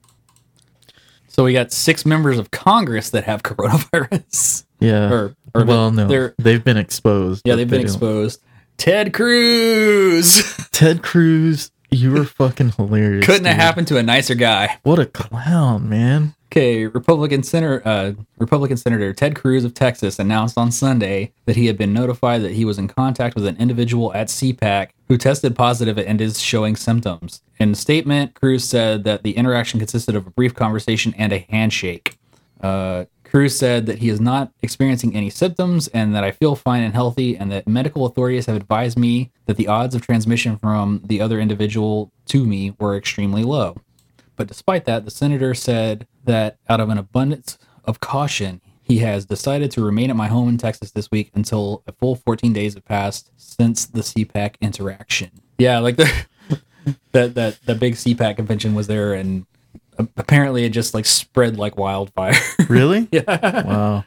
[SPEAKER 2] So we got six members of Congress that have *laughs* coronavirus.
[SPEAKER 1] Yeah.
[SPEAKER 2] Or- or
[SPEAKER 1] well, no.
[SPEAKER 2] they're-
[SPEAKER 1] They've been exposed.
[SPEAKER 2] Yeah,
[SPEAKER 1] but
[SPEAKER 2] they've been
[SPEAKER 1] they don't-
[SPEAKER 2] exposed. Ted Cruz *laughs*
[SPEAKER 1] Ted Cruz, you were fucking hilarious.
[SPEAKER 2] couldn't have
[SPEAKER 1] dude.
[SPEAKER 2] happened to a nicer guy.
[SPEAKER 1] What a clown, man.
[SPEAKER 2] Okay, Republican Senator uh, Republican Senator Ted Cruz of Texas announced on Sunday that he had been notified that he was in contact with an individual at CPAC who tested positive and is showing symptoms. In a statement, Cruz said that the interaction consisted of a brief conversation and a handshake. Uh, Cruz said that he is not experiencing any symptoms and that I feel fine and healthy, and that medical authorities have advised me that the odds of transmission from the other individual to me were extremely low. But despite that, the senator said that out of an abundance of caution, he has decided to remain at my home in Texas this week until a full 14 days have passed since the CPAC interaction. Yeah, like the *laughs* that that that big CPAC convention was there, and a- apparently it just like spread like wildfire. *laughs*
[SPEAKER 1] Really?
[SPEAKER 2] yeah.
[SPEAKER 1] Wow.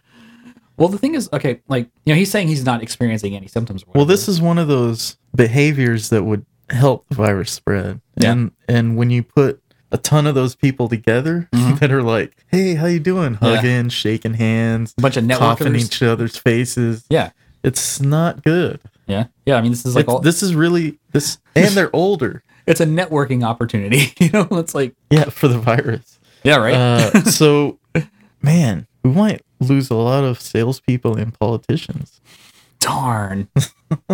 [SPEAKER 2] Well, the thing is, okay, like you know, he's saying he's not experiencing any symptoms. Or
[SPEAKER 1] Well,
[SPEAKER 2] whatever.
[SPEAKER 1] this is one of those behaviors that would help the virus spread.
[SPEAKER 2] Yeah.
[SPEAKER 1] And and when you put a ton of those people together *laughs*
[SPEAKER 2] Mhm.
[SPEAKER 1] that are like, "Hey, how you doing?"
[SPEAKER 2] Yeah.
[SPEAKER 1] hugging, shaking hands,
[SPEAKER 2] a bunch of
[SPEAKER 1] coughing
[SPEAKER 2] networkers.
[SPEAKER 1] each other's faces.
[SPEAKER 2] yeah,
[SPEAKER 1] It's not good.
[SPEAKER 2] yeah, yeah. I mean, this is like
[SPEAKER 1] It's-
[SPEAKER 2] all,
[SPEAKER 1] this is really this and they're
[SPEAKER 2] *laughs*
[SPEAKER 1] older.
[SPEAKER 2] it's a networking opportunity. *laughs* you know, it's like
[SPEAKER 1] Yeah, for the virus.
[SPEAKER 2] yeah, right. *laughs*
[SPEAKER 1] Uh, so man, we might lose a lot of salespeople and politicians. *laughs*
[SPEAKER 2] darn *sighs*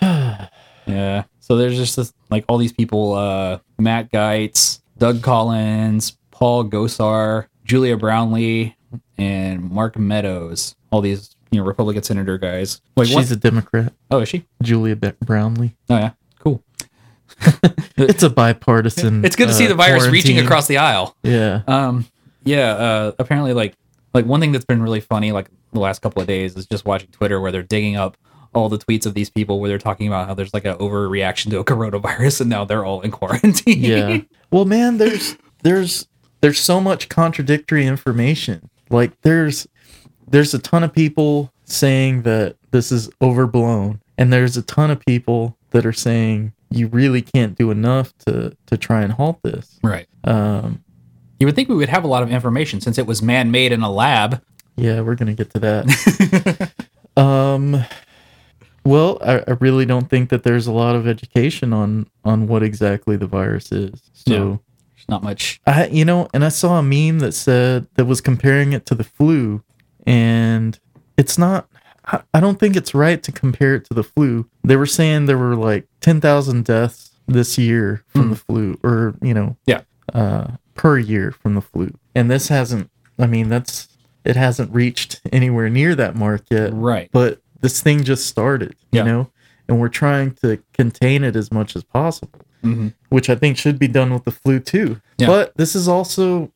[SPEAKER 2] yeah so there's just this, like all these people uh matt geitz doug collins paul gosar julia brownlee and mark meadows all these you know republican senator guys like
[SPEAKER 1] She's
[SPEAKER 2] what?
[SPEAKER 1] a Democrat,
[SPEAKER 2] oh is she
[SPEAKER 1] Julia Be- Brownlee.
[SPEAKER 2] oh yeah cool
[SPEAKER 1] It's a bipartisan.
[SPEAKER 2] it's good to see
[SPEAKER 1] uh,
[SPEAKER 2] the virus reaching
[SPEAKER 1] quarantine.
[SPEAKER 2] across the aisle
[SPEAKER 1] Yeah.
[SPEAKER 2] Um, yeah. Uh, apparently, like, like one thing that's been really funny, like the last couple of days, is just watching Twitter where they're digging up all the tweets of these people where they're talking about how there's like an overreaction to a *laughs* coronavirus, and now they're all in quarantine.
[SPEAKER 1] Yeah. well, man, there's there's there's so much contradictory information. Like there's there's a ton of people saying that this is overblown, and there's a ton of people that are saying you really can't do enough to to try and halt this.
[SPEAKER 2] *laughs* right.
[SPEAKER 1] Um,
[SPEAKER 2] You would think we would have a lot of information since it was man-made in a lab. *laughs*
[SPEAKER 1] yeah, we're gonna get to that. um, well, I, I really don't think that there's a lot of education on on what exactly the virus is. So.
[SPEAKER 2] Yeah. There's not much.
[SPEAKER 1] I, you know, and I saw a meme that said that was comparing it to the flu, and it's not. I, I don't think it's right to compare it to the flu. They were saying there were like ten thousand deaths this year from the flu, or you know,
[SPEAKER 2] Yeah.
[SPEAKER 1] uh, per year from the flu, and this hasn't. I mean, that's it hasn't reached anywhere near that mark yet,
[SPEAKER 2] Right.
[SPEAKER 1] but this thing just started,
[SPEAKER 2] Yeah.
[SPEAKER 1] you know, and we're trying to contain it as much as possible
[SPEAKER 2] Mm-hmm.
[SPEAKER 1] which I think should be done with the flu too.
[SPEAKER 2] Yeah.
[SPEAKER 1] But this is also,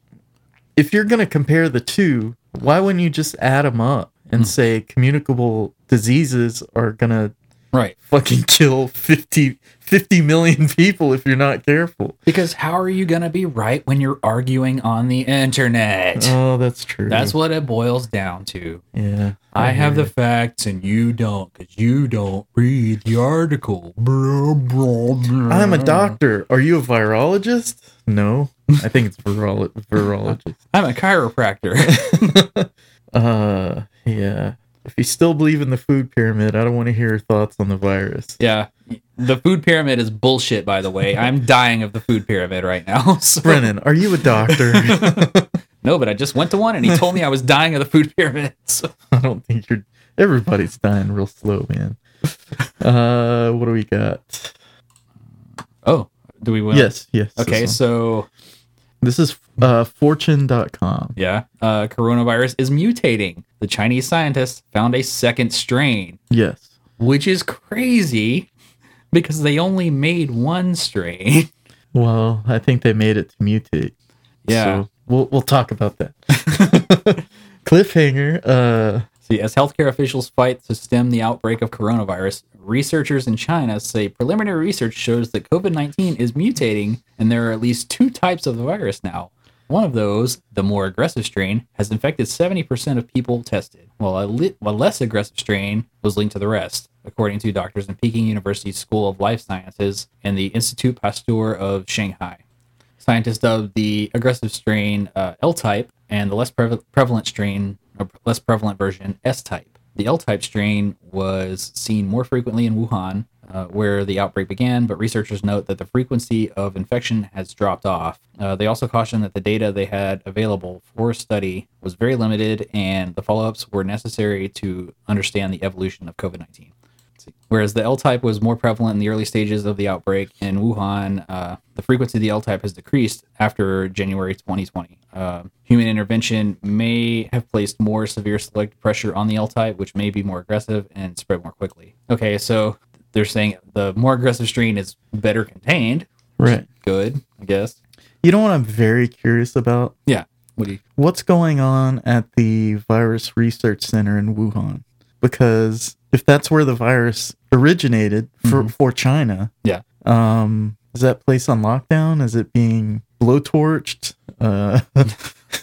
[SPEAKER 1] if you're going to compare the two, why wouldn't you just add them up and
[SPEAKER 2] Mm.
[SPEAKER 1] say communicable diseases are going to
[SPEAKER 2] Right.
[SPEAKER 1] fucking *laughs* kill 50, 50 million people if you're not careful?
[SPEAKER 2] Because how are you gonna be right when you're arguing on the internet?
[SPEAKER 1] Oh, that's true.
[SPEAKER 2] That's what it boils down to.
[SPEAKER 1] yeah.
[SPEAKER 2] I have
[SPEAKER 1] hear
[SPEAKER 2] the facts and you don't because you don't read the article.
[SPEAKER 1] you. I'm
[SPEAKER 2] Mm.
[SPEAKER 1] a doctor. Are you a virologist? No, I think it's virolo- virologist.
[SPEAKER 2] I'm a chiropractor.
[SPEAKER 1] Uh, yeah. If you still believe in the food pyramid, I don't want to hear your thoughts on the virus.
[SPEAKER 2] *laughs* yeah. The food pyramid is bullshit, by the way. I'm dying of the food pyramid right now. *laughs* so- *laughs*
[SPEAKER 1] Brennan, are you a doctor?
[SPEAKER 2] No, but I just went to one and he told me I was dying of the food pyramid. *laughs* So
[SPEAKER 1] *laughs* I don't think you're. Everybody's dying real slow, man. Uh, what do we got?
[SPEAKER 2] oh, do we win?
[SPEAKER 1] yes, yes. this
[SPEAKER 2] Okay,
[SPEAKER 1] one.
[SPEAKER 2] so
[SPEAKER 1] this is uh, fortune.com.
[SPEAKER 2] yeah, uh, coronavirus is mutating. The Chinese scientists found a second strain,
[SPEAKER 1] Yes.
[SPEAKER 2] which is crazy because they only made one strain. *laughs*
[SPEAKER 1] Well, I think they made it to mutate.
[SPEAKER 2] Yeah.
[SPEAKER 1] So we'll we'll talk about
[SPEAKER 2] *laughs*
[SPEAKER 1] that. Cliffhanger. Uh,
[SPEAKER 2] See, as healthcare officials fight to stem the outbreak of coronavirus, researchers in China say preliminary research shows that COVID 19 is mutating and there are at least two types of the virus now. One of those, the more aggressive strain, has infected 70% of people tested, while a, li- a less aggressive strain was linked to the rest, according to doctors in Peking University's School of Life Sciences and the Institut Pasteur of Shanghai. Scientists dubbed the aggressive strain uh, L-type and the less prev- prevalent strain, or less prevalent version, S-type. The L-type strain was seen more frequently in Wuhan, uh, where the outbreak began, but researchers note that the frequency of infection has dropped off. Uh, they also caution that the data they had available for study was very limited, and the follow-ups were necessary to understand the evolution of COVID-19. Whereas the L type was more prevalent in the early stages of the outbreak in Wuhan, uh, the frequency of the L type has decreased after January 2020. Uh, human intervention may have placed more severe select pressure on the L type, which may be more aggressive and spread more quickly. Okay, so they're saying the more aggressive strain is better contained.
[SPEAKER 1] right.
[SPEAKER 2] Good, I guess.
[SPEAKER 1] You know what I'm very curious about?
[SPEAKER 2] Yeah. What do you?
[SPEAKER 1] What's going on at the Virus Research Center in Wuhan? Because if that's where the virus originated for, for China,
[SPEAKER 2] Yeah.
[SPEAKER 1] um, is that place on lockdown? Is it being blowtorched? Uh, *laughs*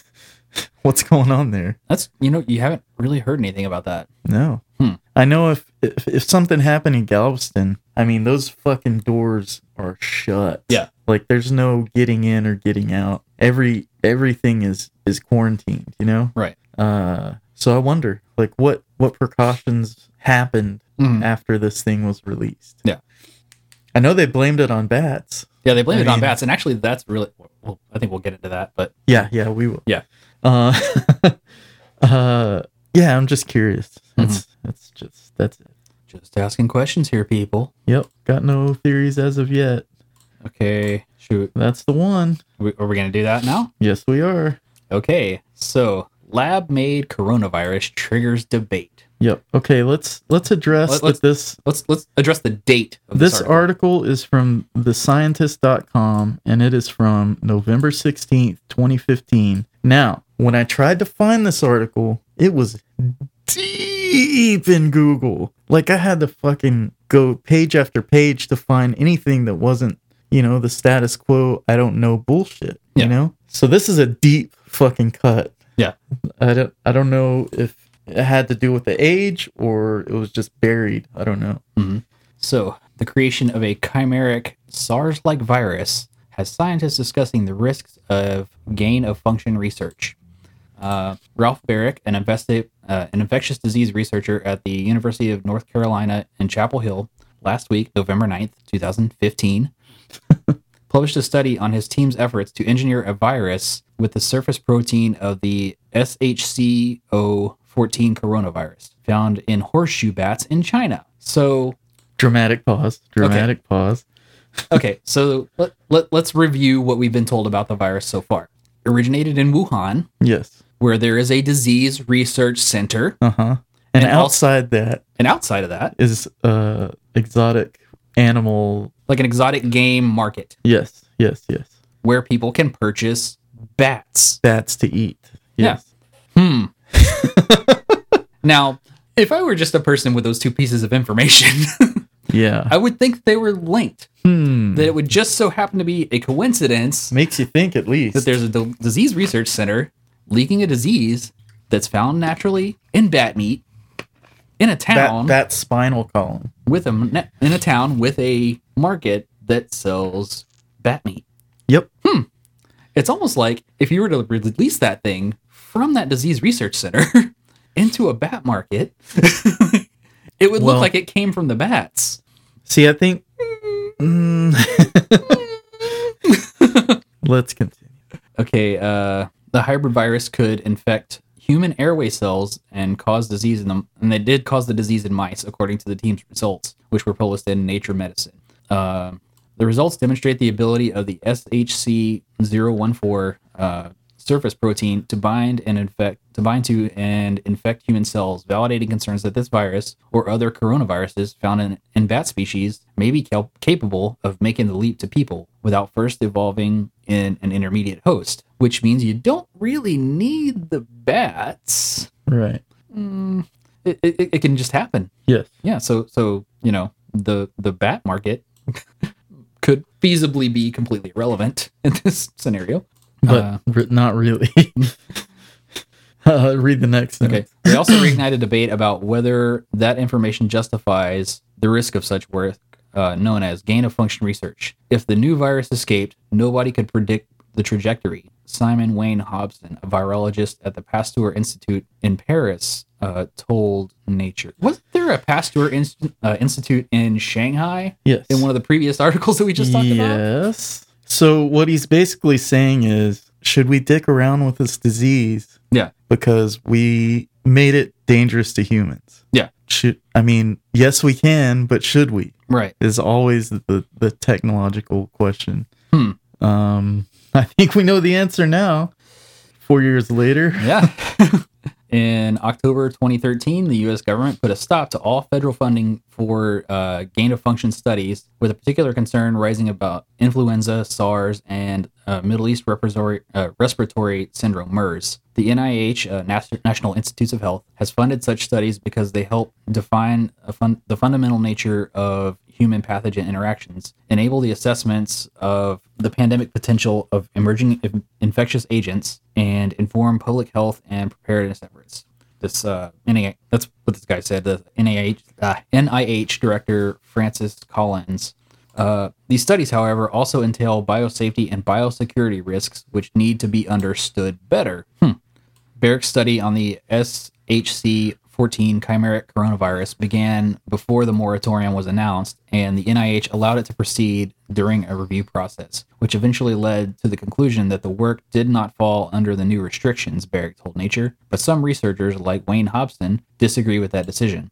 [SPEAKER 1] what's going on there?
[SPEAKER 2] That's you know you haven't really heard anything about that.
[SPEAKER 1] No.
[SPEAKER 2] Hmm.
[SPEAKER 1] I know if, if if something happened in Galveston, I mean those fucking doors are shut.
[SPEAKER 2] Yeah.
[SPEAKER 1] Like there's no getting in or getting out. Every everything is is quarantined, you know?
[SPEAKER 2] Right.
[SPEAKER 1] Uh so I wonder like what what precautions happened after this thing was released.
[SPEAKER 2] Hmm. Yeah.
[SPEAKER 1] I know they blamed it on bats.
[SPEAKER 2] Yeah, they blame
[SPEAKER 1] I
[SPEAKER 2] it on
[SPEAKER 1] mean-
[SPEAKER 2] bats, and actually that's really. Well, I think we'll get into that, but
[SPEAKER 1] Yeah, yeah, we will.
[SPEAKER 2] Yeah.
[SPEAKER 1] Uh *laughs* uh yeah, I'm just curious. That's
[SPEAKER 2] Mm-hmm.
[SPEAKER 1] that's just that's it.
[SPEAKER 2] just asking questions here, people.
[SPEAKER 1] Yep, got no theories as of yet.
[SPEAKER 2] Okay, shoot.
[SPEAKER 1] That's the one.
[SPEAKER 2] We, are we going to do that now?
[SPEAKER 1] Yes, we are.
[SPEAKER 2] Okay, so lab made coronavirus triggers debate.
[SPEAKER 1] Yep. Okay, let's let's address
[SPEAKER 2] Let- let's-
[SPEAKER 1] that this
[SPEAKER 2] Let's let's address the date of
[SPEAKER 1] this
[SPEAKER 2] this,
[SPEAKER 1] article. is from thescientist.com and it is from November 16th, 2015. Now, when I tried to find this article, it was deep in Google. Like I had to fucking go page after page to find anything that wasn't, you know, the status quo, I don't know bullshit,
[SPEAKER 2] Yeah.
[SPEAKER 1] you know? So this is a deep fucking cut.
[SPEAKER 2] Yeah.
[SPEAKER 1] I don't I don't know if it had to do with the age or it was just buried. I don't know.
[SPEAKER 2] So, the creation of a chimeric SARS like virus has scientists discussing the risks of gain of function research. Uh, Ralph Barrick, an, investi- uh, an infectious disease researcher at the University of North Carolina in Chapel Hill, last week, November 9th, 2015, *laughs* published a study on his team's efforts to engineer a virus with the surface protein of the SHCO14 coronavirus found in horseshoe bats in China. So,
[SPEAKER 1] Dramatic pause. Dramatic pause.
[SPEAKER 2] okay, so let, let, let's review what we've been told about the virus so far. Originated in Wuhan,
[SPEAKER 1] Yes.
[SPEAKER 2] where there is a disease research center,
[SPEAKER 1] Uh huh. And,
[SPEAKER 2] And also-
[SPEAKER 1] outside that
[SPEAKER 2] and outside of that,
[SPEAKER 1] is uh exotic animal.
[SPEAKER 2] like an exotic game market
[SPEAKER 1] Yes. Yes. Yes.
[SPEAKER 2] where people can purchase bats.
[SPEAKER 1] Bats to eat.
[SPEAKER 2] Yeah.
[SPEAKER 1] Yes.
[SPEAKER 2] Hmm. now, if I were just a person with those two pieces of information, *laughs*
[SPEAKER 1] Yeah.
[SPEAKER 2] I would think they were linked,
[SPEAKER 1] Hmm.
[SPEAKER 2] that it would just so happen to be a coincidence
[SPEAKER 1] Makes you think at least.
[SPEAKER 2] that there's a d- disease research center leaking a disease that's found naturally in bat meat in a town
[SPEAKER 1] that, that spinal column.
[SPEAKER 2] with a m- in a town with a market that sells bat meat.
[SPEAKER 1] Yep.
[SPEAKER 2] It's almost like if you were to release that thing from that disease research center *laughs* into a bat market, *laughs* it would
[SPEAKER 1] Well-
[SPEAKER 2] look like it came from the bats.
[SPEAKER 1] See, I think. Mm. *laughs* Let's continue.
[SPEAKER 2] Okay, uh, the hybrid virus could infect human airway cells and cause disease in them, and they did cause the disease in mice, according to the team's results, which were published in Nature Medicine. Um the results demonstrate the ability of the SHC014 uh, surface protein to bind and infect to bind to and infect human cells, validating concerns that this virus or other coronaviruses found in, in bat species may be cal- capable of making the leap to people without first evolving in an intermediate host, which means you don't really need the bats.
[SPEAKER 1] Right.
[SPEAKER 2] It, it, it can just happen.
[SPEAKER 1] Yes.
[SPEAKER 2] Yeah, so so you know the the bat market *laughs* could feasibly be completely irrelevant in this scenario.
[SPEAKER 1] But
[SPEAKER 2] Uh.
[SPEAKER 1] re- not really. *laughs* uh, read the next thing.
[SPEAKER 2] *clears throat* Okay. They also reignite a debate about whether that information justifies the risk of such work, uh, known as gain of function research. If the new virus escaped, nobody could predict the trajectory. Simon Wayne Hobson, a virologist at the Pasteur Institute in Paris, uh, told Nature. Was there a Pasteur Inst- uh, Institute in Shanghai
[SPEAKER 1] Yes.
[SPEAKER 2] in one of the previous articles that we just talked about?
[SPEAKER 1] yes. So what he's basically saying is, should we dick around with this disease?
[SPEAKER 2] Yeah.
[SPEAKER 1] Because we made it dangerous to humans.
[SPEAKER 2] Yeah.
[SPEAKER 1] Should I mean, yes, we can, but should we?
[SPEAKER 2] Right.
[SPEAKER 1] Is always the the technological question.
[SPEAKER 2] Hmm.
[SPEAKER 1] Um, *laughs* I think we know the answer now. Four years *laughs* later.
[SPEAKER 2] Yeah. In October 2013, the U.S. government put a stop to all federal funding for uh, gain of function studies, with a particular concern rising about influenza, SARS, and uh, Middle East Repository- uh, Respiratory Syndrome, MERS. The NIH, uh, Nas- National Institutes of Health, has funded such studies because they help define a fun- the fundamental nature of human pathogen interactions, enable the assessments of the pandemic potential of emerging in- infectious agents, and inform public health and preparedness efforts. This uh, NIH, that's what this guy said. The NIH, uh, NIH director Francis Collins. Uh, these studies, however, also entail biosafety and biosecurity risks, which need to be understood better. Hmm. Barrick's study on the SHC 14 chimeric coronavirus began before the moratorium was announced, and the NIH allowed it to proceed during a review process, which eventually led to the conclusion that the work did not fall under the new restrictions, Barrick told Nature. But some researchers, like Wayne Hobson, disagree with that decision.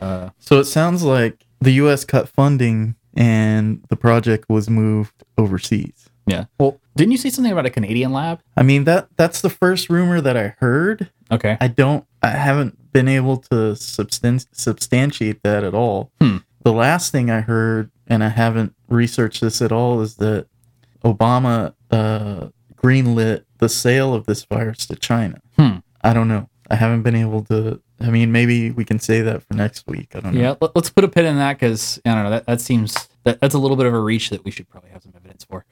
[SPEAKER 2] Uh,
[SPEAKER 1] So it sounds like the U.S. cut funding and the project was moved overseas.
[SPEAKER 2] yeah. Well, didn't you say something about a Canadian lab?
[SPEAKER 1] I mean that that's the first rumor that I heard.
[SPEAKER 2] Okay.
[SPEAKER 1] I don't I haven't been able to substan- substantiate that at all.
[SPEAKER 2] Hmm.
[SPEAKER 1] The last thing I heard, and I haven't researched this at all, is that Obama uh, greenlit the sale of this virus to China.
[SPEAKER 2] Hmm.
[SPEAKER 1] I don't know. I haven't been able to. I mean, maybe we can say that for next week. I don't know.
[SPEAKER 2] Yeah, let, us put a pin in that because I don't know that that seems that, that's a little bit of a reach that we should probably have some evidence for.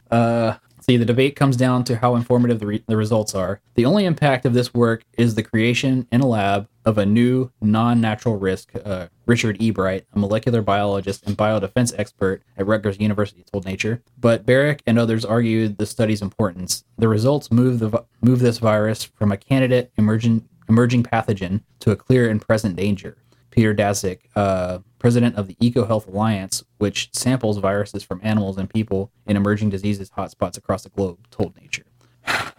[SPEAKER 2] *laughs* uh, see, the debate comes down to how informative the, re- the results are. The only impact of this work is the creation in a lab of a new non-natural risk. Uh, Richard E. Bright, a molecular biologist and biodefense expert at Rutgers University, told Nature. But Barrick and others argued the study's importance. The results move the vi- move this virus from a candidate emergent emerging pathogen to a clear and present danger. Peter Daszak, uh, president of the EcoHealth Alliance, which samples viruses from animals and people in emerging diseases hotspots across the globe, told Nature.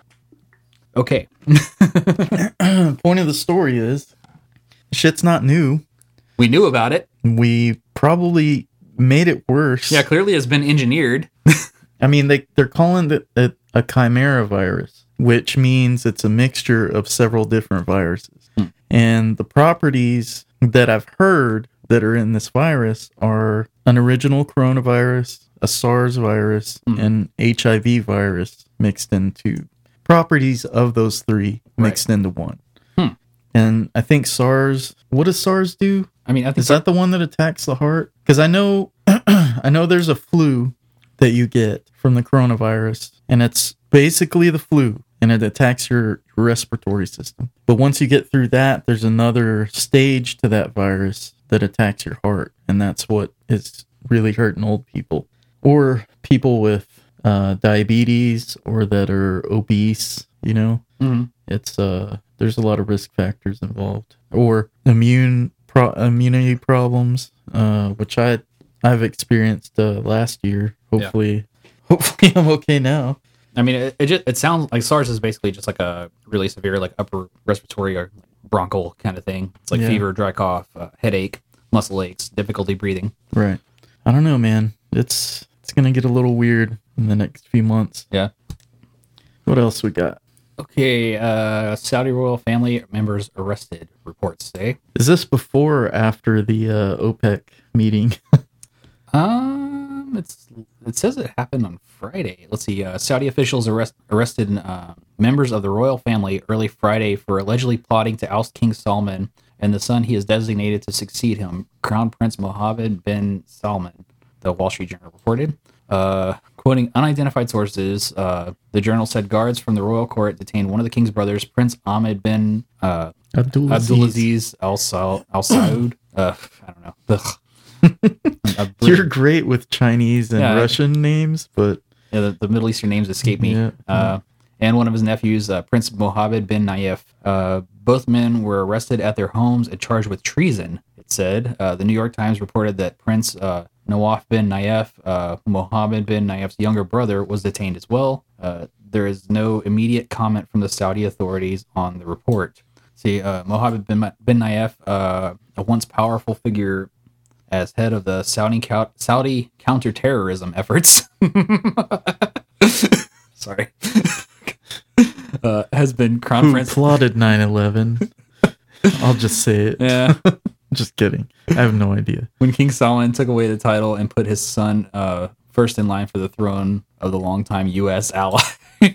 [SPEAKER 2] *sighs* okay.
[SPEAKER 1] *clears throat* Point of the story is, shit's not new.
[SPEAKER 2] We knew about it.
[SPEAKER 1] We probably made it worse.
[SPEAKER 2] Yeah, clearly it's been engineered.
[SPEAKER 1] I mean, they they're calling it a, a chimera virus, which means it's a mixture of several different viruses.
[SPEAKER 2] Hmm.
[SPEAKER 1] And the properties that I've heard that are in this virus are an original coronavirus, a SARS virus,
[SPEAKER 2] Hmm.
[SPEAKER 1] and HIV virus mixed into properties of those three mixed into one.
[SPEAKER 2] Hmm.
[SPEAKER 1] And I think SARS. What does SARS do?
[SPEAKER 2] I mean, I think
[SPEAKER 1] Is that the one that attacks the heart? Because I know, *clears throat* I know there's a flu that you get from the coronavirus, and it's basically the flu, and it attacks your respiratory system. But once you get through that, there's another stage to that virus that attacks your heart, and that's what is really hurting old people or people with uh, diabetes or that are obese. You know,
[SPEAKER 2] Mhm.
[SPEAKER 1] it's uh there's a lot of risk factors involved or immune pro- immunity problems uh which i i've experienced uh, last year *laughs*
[SPEAKER 2] Yeah.
[SPEAKER 1] hopefully hopefully i'm okay now
[SPEAKER 2] I mean, it, it just it sounds like SARS is basically just like a really severe, like upper respiratory or bronchial kind of thing. It's like
[SPEAKER 1] Yeah.
[SPEAKER 2] fever, dry cough, uh, headache, muscle aches, difficulty breathing.
[SPEAKER 1] Right. I don't know, man. It's it's gonna get a little weird in the next few months.
[SPEAKER 2] Yeah.
[SPEAKER 1] What else we got?
[SPEAKER 2] Okay. Uh, Saudi royal family members arrested. Reports say.
[SPEAKER 1] Is this before or after the uh, OPEC meeting?
[SPEAKER 2] Um, it's it says it happened on Friday. Let's see. Uh, Saudi officials arrest, arrested uh, members of the royal family early Friday for allegedly plotting to oust King Salman and the son he is designated to succeed him, Crown Prince Mohammed bin Salman. The Wall Street Journal reported. Uh, quoting unidentified sources, uh, the journal said guards from the royal court detained one of the king's brothers, Prince Ahmed bin uh,
[SPEAKER 1] Abdulaziz.
[SPEAKER 2] Abdulaziz Al Sa- Al Saud. uh, I don't know. Ugh. Abdul-
[SPEAKER 1] You're great with Chinese and
[SPEAKER 2] Yeah, I-
[SPEAKER 1] Russian names, but
[SPEAKER 2] Yeah, the, the Middle Eastern names escape me.
[SPEAKER 1] Yeah.
[SPEAKER 2] Uh, and one of his nephews, uh, Prince Mohammed bin Nayef. Uh, both men were arrested at their homes and charged with treason, it said. Uh, the New York Times reported that Prince uh, Nawaf bin Nayef, uh, Mohammed bin Nayef's younger brother, was detained as well. Uh, there is no immediate comment from the Saudi authorities on the report. See, uh, Mohammed bin, bin Nayef, uh, a once powerful figure as head of the Saudi, cou- Saudi counterterrorism efforts. *laughs* Sorry. *laughs* uh, has been crown
[SPEAKER 1] who
[SPEAKER 2] prince.
[SPEAKER 1] plotted 9/11? I'll just say it.
[SPEAKER 2] *laughs* yeah.
[SPEAKER 1] Just kidding. I have no idea.
[SPEAKER 2] When King Solomon took away the title and put his son uh, first in line for the throne of the longtime U.S. ally.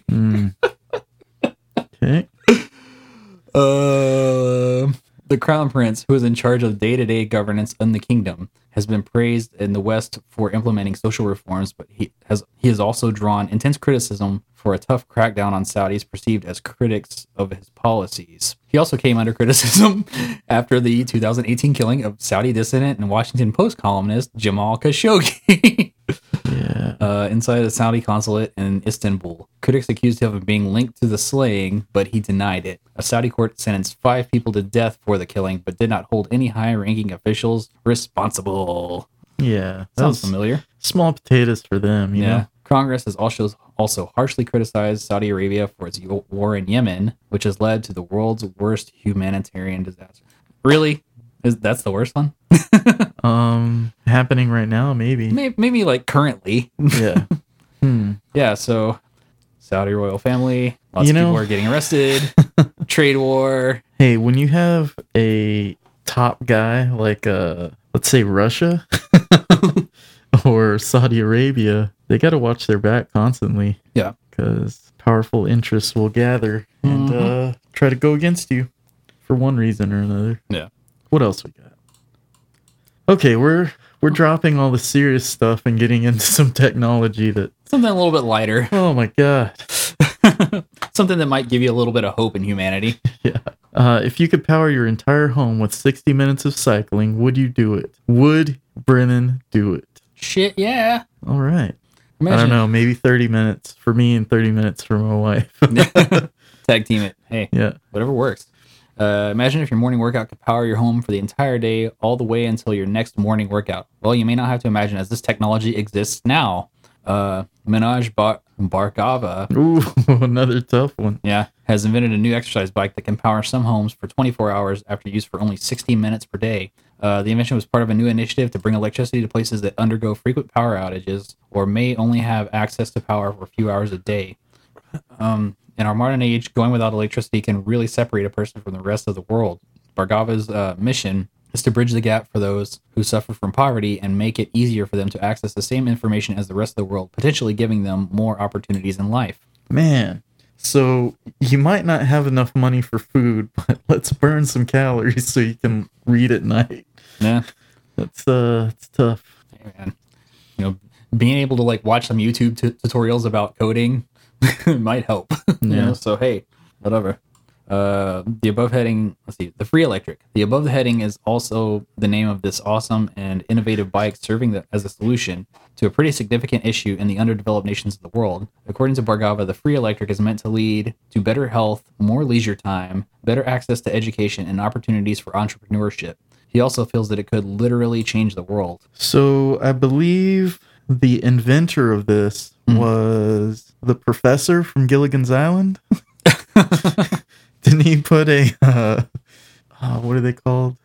[SPEAKER 1] Mm. Okay.
[SPEAKER 2] Um, the crown prince, who is in charge of day to day governance in the kingdom, has been praised in the West for implementing social reforms, but he has he has also drawn intense criticism for a tough crackdown on Saudis perceived as critics of his policies. He also came under *laughs* criticism after the 2018 killing of Saudi dissident and Washington Post columnist Jamal Khashoggi. *laughs*
[SPEAKER 1] Yeah.
[SPEAKER 2] uh, inside the Saudi consulate in Istanbul. Critics accused him of being linked to the slaying, but he denied it. A Saudi court sentenced five people to death for the killing, but did not hold any high ranking officials responsible.
[SPEAKER 1] Yeah. That was
[SPEAKER 2] Sounds familiar.
[SPEAKER 1] small potatoes for them. You
[SPEAKER 2] Yeah.
[SPEAKER 1] Know?
[SPEAKER 2] Congress has also also harshly criticized Saudi Arabia for its yo- war in Yemen, which has led to the world's worst humanitarian disaster. Really? Is that's the worst one?
[SPEAKER 1] Um, happening right now,
[SPEAKER 2] *laughs*
[SPEAKER 1] maybe.
[SPEAKER 2] Maybe, maybe like currently.
[SPEAKER 1] yeah. Hmm.
[SPEAKER 2] Yeah, so Saudi royal family, lots
[SPEAKER 1] You
[SPEAKER 2] of
[SPEAKER 1] know-
[SPEAKER 2] people are getting arrested,
[SPEAKER 1] *laughs*
[SPEAKER 2] trade war.
[SPEAKER 1] Hey, when you have a top guy like uh let's say Russia *laughs* or Saudi Arabia, they got to watch their back constantly.
[SPEAKER 2] Yeah.
[SPEAKER 1] Cuz powerful interests will gather and
[SPEAKER 2] Mm-hmm.
[SPEAKER 1] uh try to go against you for one reason or another.
[SPEAKER 2] Yeah.
[SPEAKER 1] What else we got? Okay, we're we're dropping all the serious stuff and getting into *laughs* some technology that
[SPEAKER 2] Something a little bit lighter, *laughs*
[SPEAKER 1] oh my god.
[SPEAKER 2] something that might give you a little bit of hope in humanity.
[SPEAKER 1] *laughs* Uh, if you could power your entire home with 60 minutes of cycling, would you do it? Would Brennan do it?
[SPEAKER 2] Shit, yeah.
[SPEAKER 1] All right. I
[SPEAKER 2] Imagine
[SPEAKER 1] don't know. Maybe 30 minutes for me and 30 minutes for my wife. *laughs*
[SPEAKER 2] *laughs* Tag team it. Hey,
[SPEAKER 1] yeah.
[SPEAKER 2] whatever works. Uh, imagine if your morning workout could power your home for the entire day, all the way until your next morning workout. Well, you may not have to imagine, as this technology exists now. Uh, Minaj Bar- Barkava
[SPEAKER 1] Ooh, *laughs* another tough one.
[SPEAKER 2] Yeah, has invented a new exercise bike that can power some homes for 24 hours after use for only 60 minutes per day. Uh, the invention was part of a new initiative to bring electricity to places that undergo frequent power outages or may only have access to power for a few hours a day. Um, in our modern age, going without electricity can really separate a person from the rest of the world. Bargava's uh, mission is to bridge the gap for those who suffer from poverty and make it easier for them to access the same information as the rest of the world, potentially giving them more opportunities in life.
[SPEAKER 1] Man. So you might not have enough money for food, *laughs* but let's burn some calories so you can read at night.
[SPEAKER 2] Yeah.
[SPEAKER 1] That's uh, it's tough.
[SPEAKER 2] Hey, man, you know, being able to like watch some YouTube t- tutorials about coding *laughs* might help. *laughs* you
[SPEAKER 1] Yeah.
[SPEAKER 2] know, so hey, whatever. Uh, the above heading, let's see, the free electric. The above heading is also the name of this awesome and innovative bike, serving the, as a solution to a pretty significant issue in the underdeveloped nations of the world. According to Bargava, the free electric is meant to lead to better health, more leisure time, better access to education, and opportunities for entrepreneurship. He also feels that it could literally change the world.
[SPEAKER 1] So I believe the inventor of this
[SPEAKER 2] Mhm.
[SPEAKER 1] was the professor from Gilligan's Island. *laughs* Didn't he put a uh, uh, what are they called?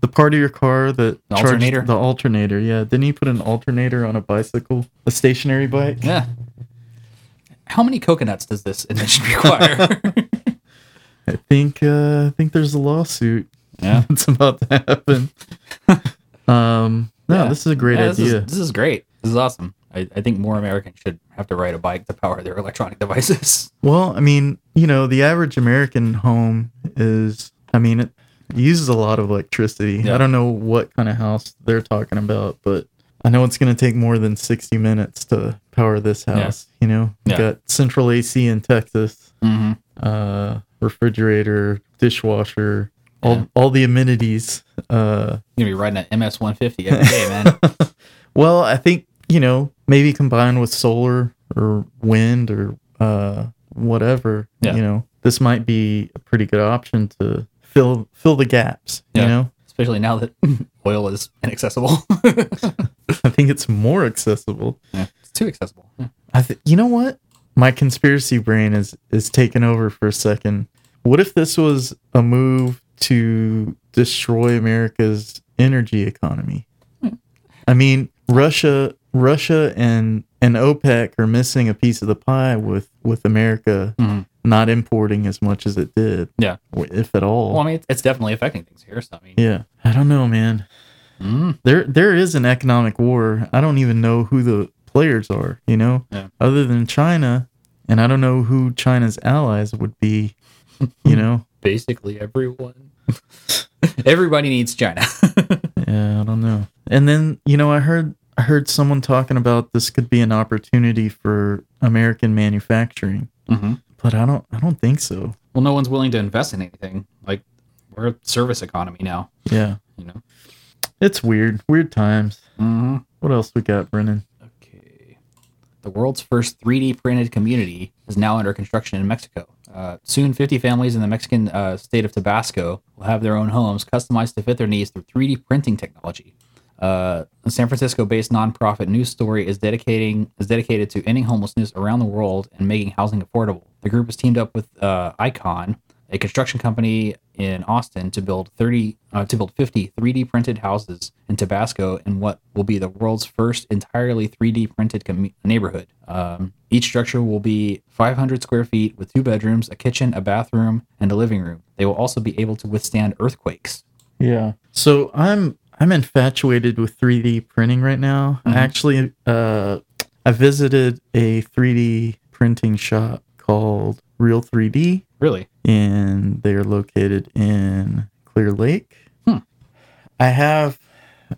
[SPEAKER 1] The part of your car that
[SPEAKER 2] The
[SPEAKER 1] charged-
[SPEAKER 2] alternator?
[SPEAKER 1] The alternator, yeah. Didn't he put an alternator on a bicycle, a stationary bike?
[SPEAKER 2] yeah. How many coconuts does this invention *laughs* require?
[SPEAKER 1] I think uh, I think there's a lawsuit *laughs*
[SPEAKER 2] yeah.
[SPEAKER 1] that's about to
[SPEAKER 2] *laughs*
[SPEAKER 1] happen. um, no,
[SPEAKER 2] Yeah.
[SPEAKER 1] this is a great
[SPEAKER 2] Yeah, this
[SPEAKER 1] idea.
[SPEAKER 2] Is, this is great. This is awesome. I, I think more Americans should have to ride a bike to power their electronic devices.
[SPEAKER 1] Well, I mean, you know, the average American home is, I mean, it uses a lot of electricity.
[SPEAKER 2] Yeah.
[SPEAKER 1] I don't know what kind of house they're talking about, but I know it's going to take more than 60 minutes to power this
[SPEAKER 2] Yeah.
[SPEAKER 1] house. You know, you
[SPEAKER 2] Yeah.
[SPEAKER 1] got central AC in Texas,
[SPEAKER 2] Mm-hmm.
[SPEAKER 1] uh, refrigerator, dishwasher, all,
[SPEAKER 2] Yeah.
[SPEAKER 1] all the amenities. Uh,
[SPEAKER 2] You're gonna be riding an MS 150 every day,
[SPEAKER 1] *laughs*
[SPEAKER 2] man.
[SPEAKER 1] well, I think, you know, maybe combined with solar or wind or uh, whatever,
[SPEAKER 2] Yeah.
[SPEAKER 1] you know, this might be a pretty good option to fill fill the gaps,
[SPEAKER 2] Yeah.
[SPEAKER 1] you know? *laughs*
[SPEAKER 2] Especially now that *laughs* oil is inaccessible. *laughs*
[SPEAKER 1] I think it's more accessible.
[SPEAKER 2] yeah, it's too accessible. Yeah.
[SPEAKER 1] I th- you know what? My conspiracy brain is is taking over for a second. What if this was a move to destroy America's energy economy? I mean, Russia, Russia, and and OPEC are missing a piece of the pie with with America
[SPEAKER 2] Mhm.
[SPEAKER 1] not importing as much as it did.
[SPEAKER 2] Yeah.
[SPEAKER 1] or if at all.
[SPEAKER 2] Well, I mean, it's- it's definitely affecting things here. So I mean,
[SPEAKER 1] yeah, I don't know, man.
[SPEAKER 2] mm,
[SPEAKER 1] There there is an economic war. I don't even know who the players are. You know,
[SPEAKER 2] Yeah.
[SPEAKER 1] other than China, and I don't know who China's allies would be. You know,
[SPEAKER 2] basically everyone, *laughs* everybody needs China. *laughs*
[SPEAKER 1] yeah, I don't know. And then you know, I heard I heard someone talking about this could be an opportunity for American manufacturing.
[SPEAKER 2] Mm-hmm.
[SPEAKER 1] but I don't I don't think so.
[SPEAKER 2] Well, no one's willing to invest in anything. Like we're a service economy now.
[SPEAKER 1] Yeah.
[SPEAKER 2] You know.
[SPEAKER 1] It's weird. Weird times.
[SPEAKER 2] Mm-hmm.
[SPEAKER 1] What else we got, Brennan?
[SPEAKER 2] Okay. The world's first 3D printed community is now under construction in Mexico. Uh, soon, 50 families in the Mexican uh, state of Tabasco will have their own homes customized to fit their needs through 3D printing technology. Uh, a San Francisco-based nonprofit News Story is dedicating is dedicated to ending homelessness around the world and making housing affordable. The group has teamed up with uh, Icon, a construction company in Austin, to build 30 uh, to build 50 3D printed houses in Tabasco in what will be the world's first entirely 3D printed com- neighborhood. Um, each structure will be 500 square feet with two bedrooms, a kitchen, a bathroom, and a living room. They will also be able to withstand earthquakes.
[SPEAKER 1] Yeah. So I'm I'm infatuated with 3D printing right now.
[SPEAKER 2] Mhm.
[SPEAKER 1] I actually uh I visited a 3D printing shop called Real 3D
[SPEAKER 2] Really?
[SPEAKER 1] and they are located in Clear Lake.
[SPEAKER 2] Hmm.
[SPEAKER 1] I have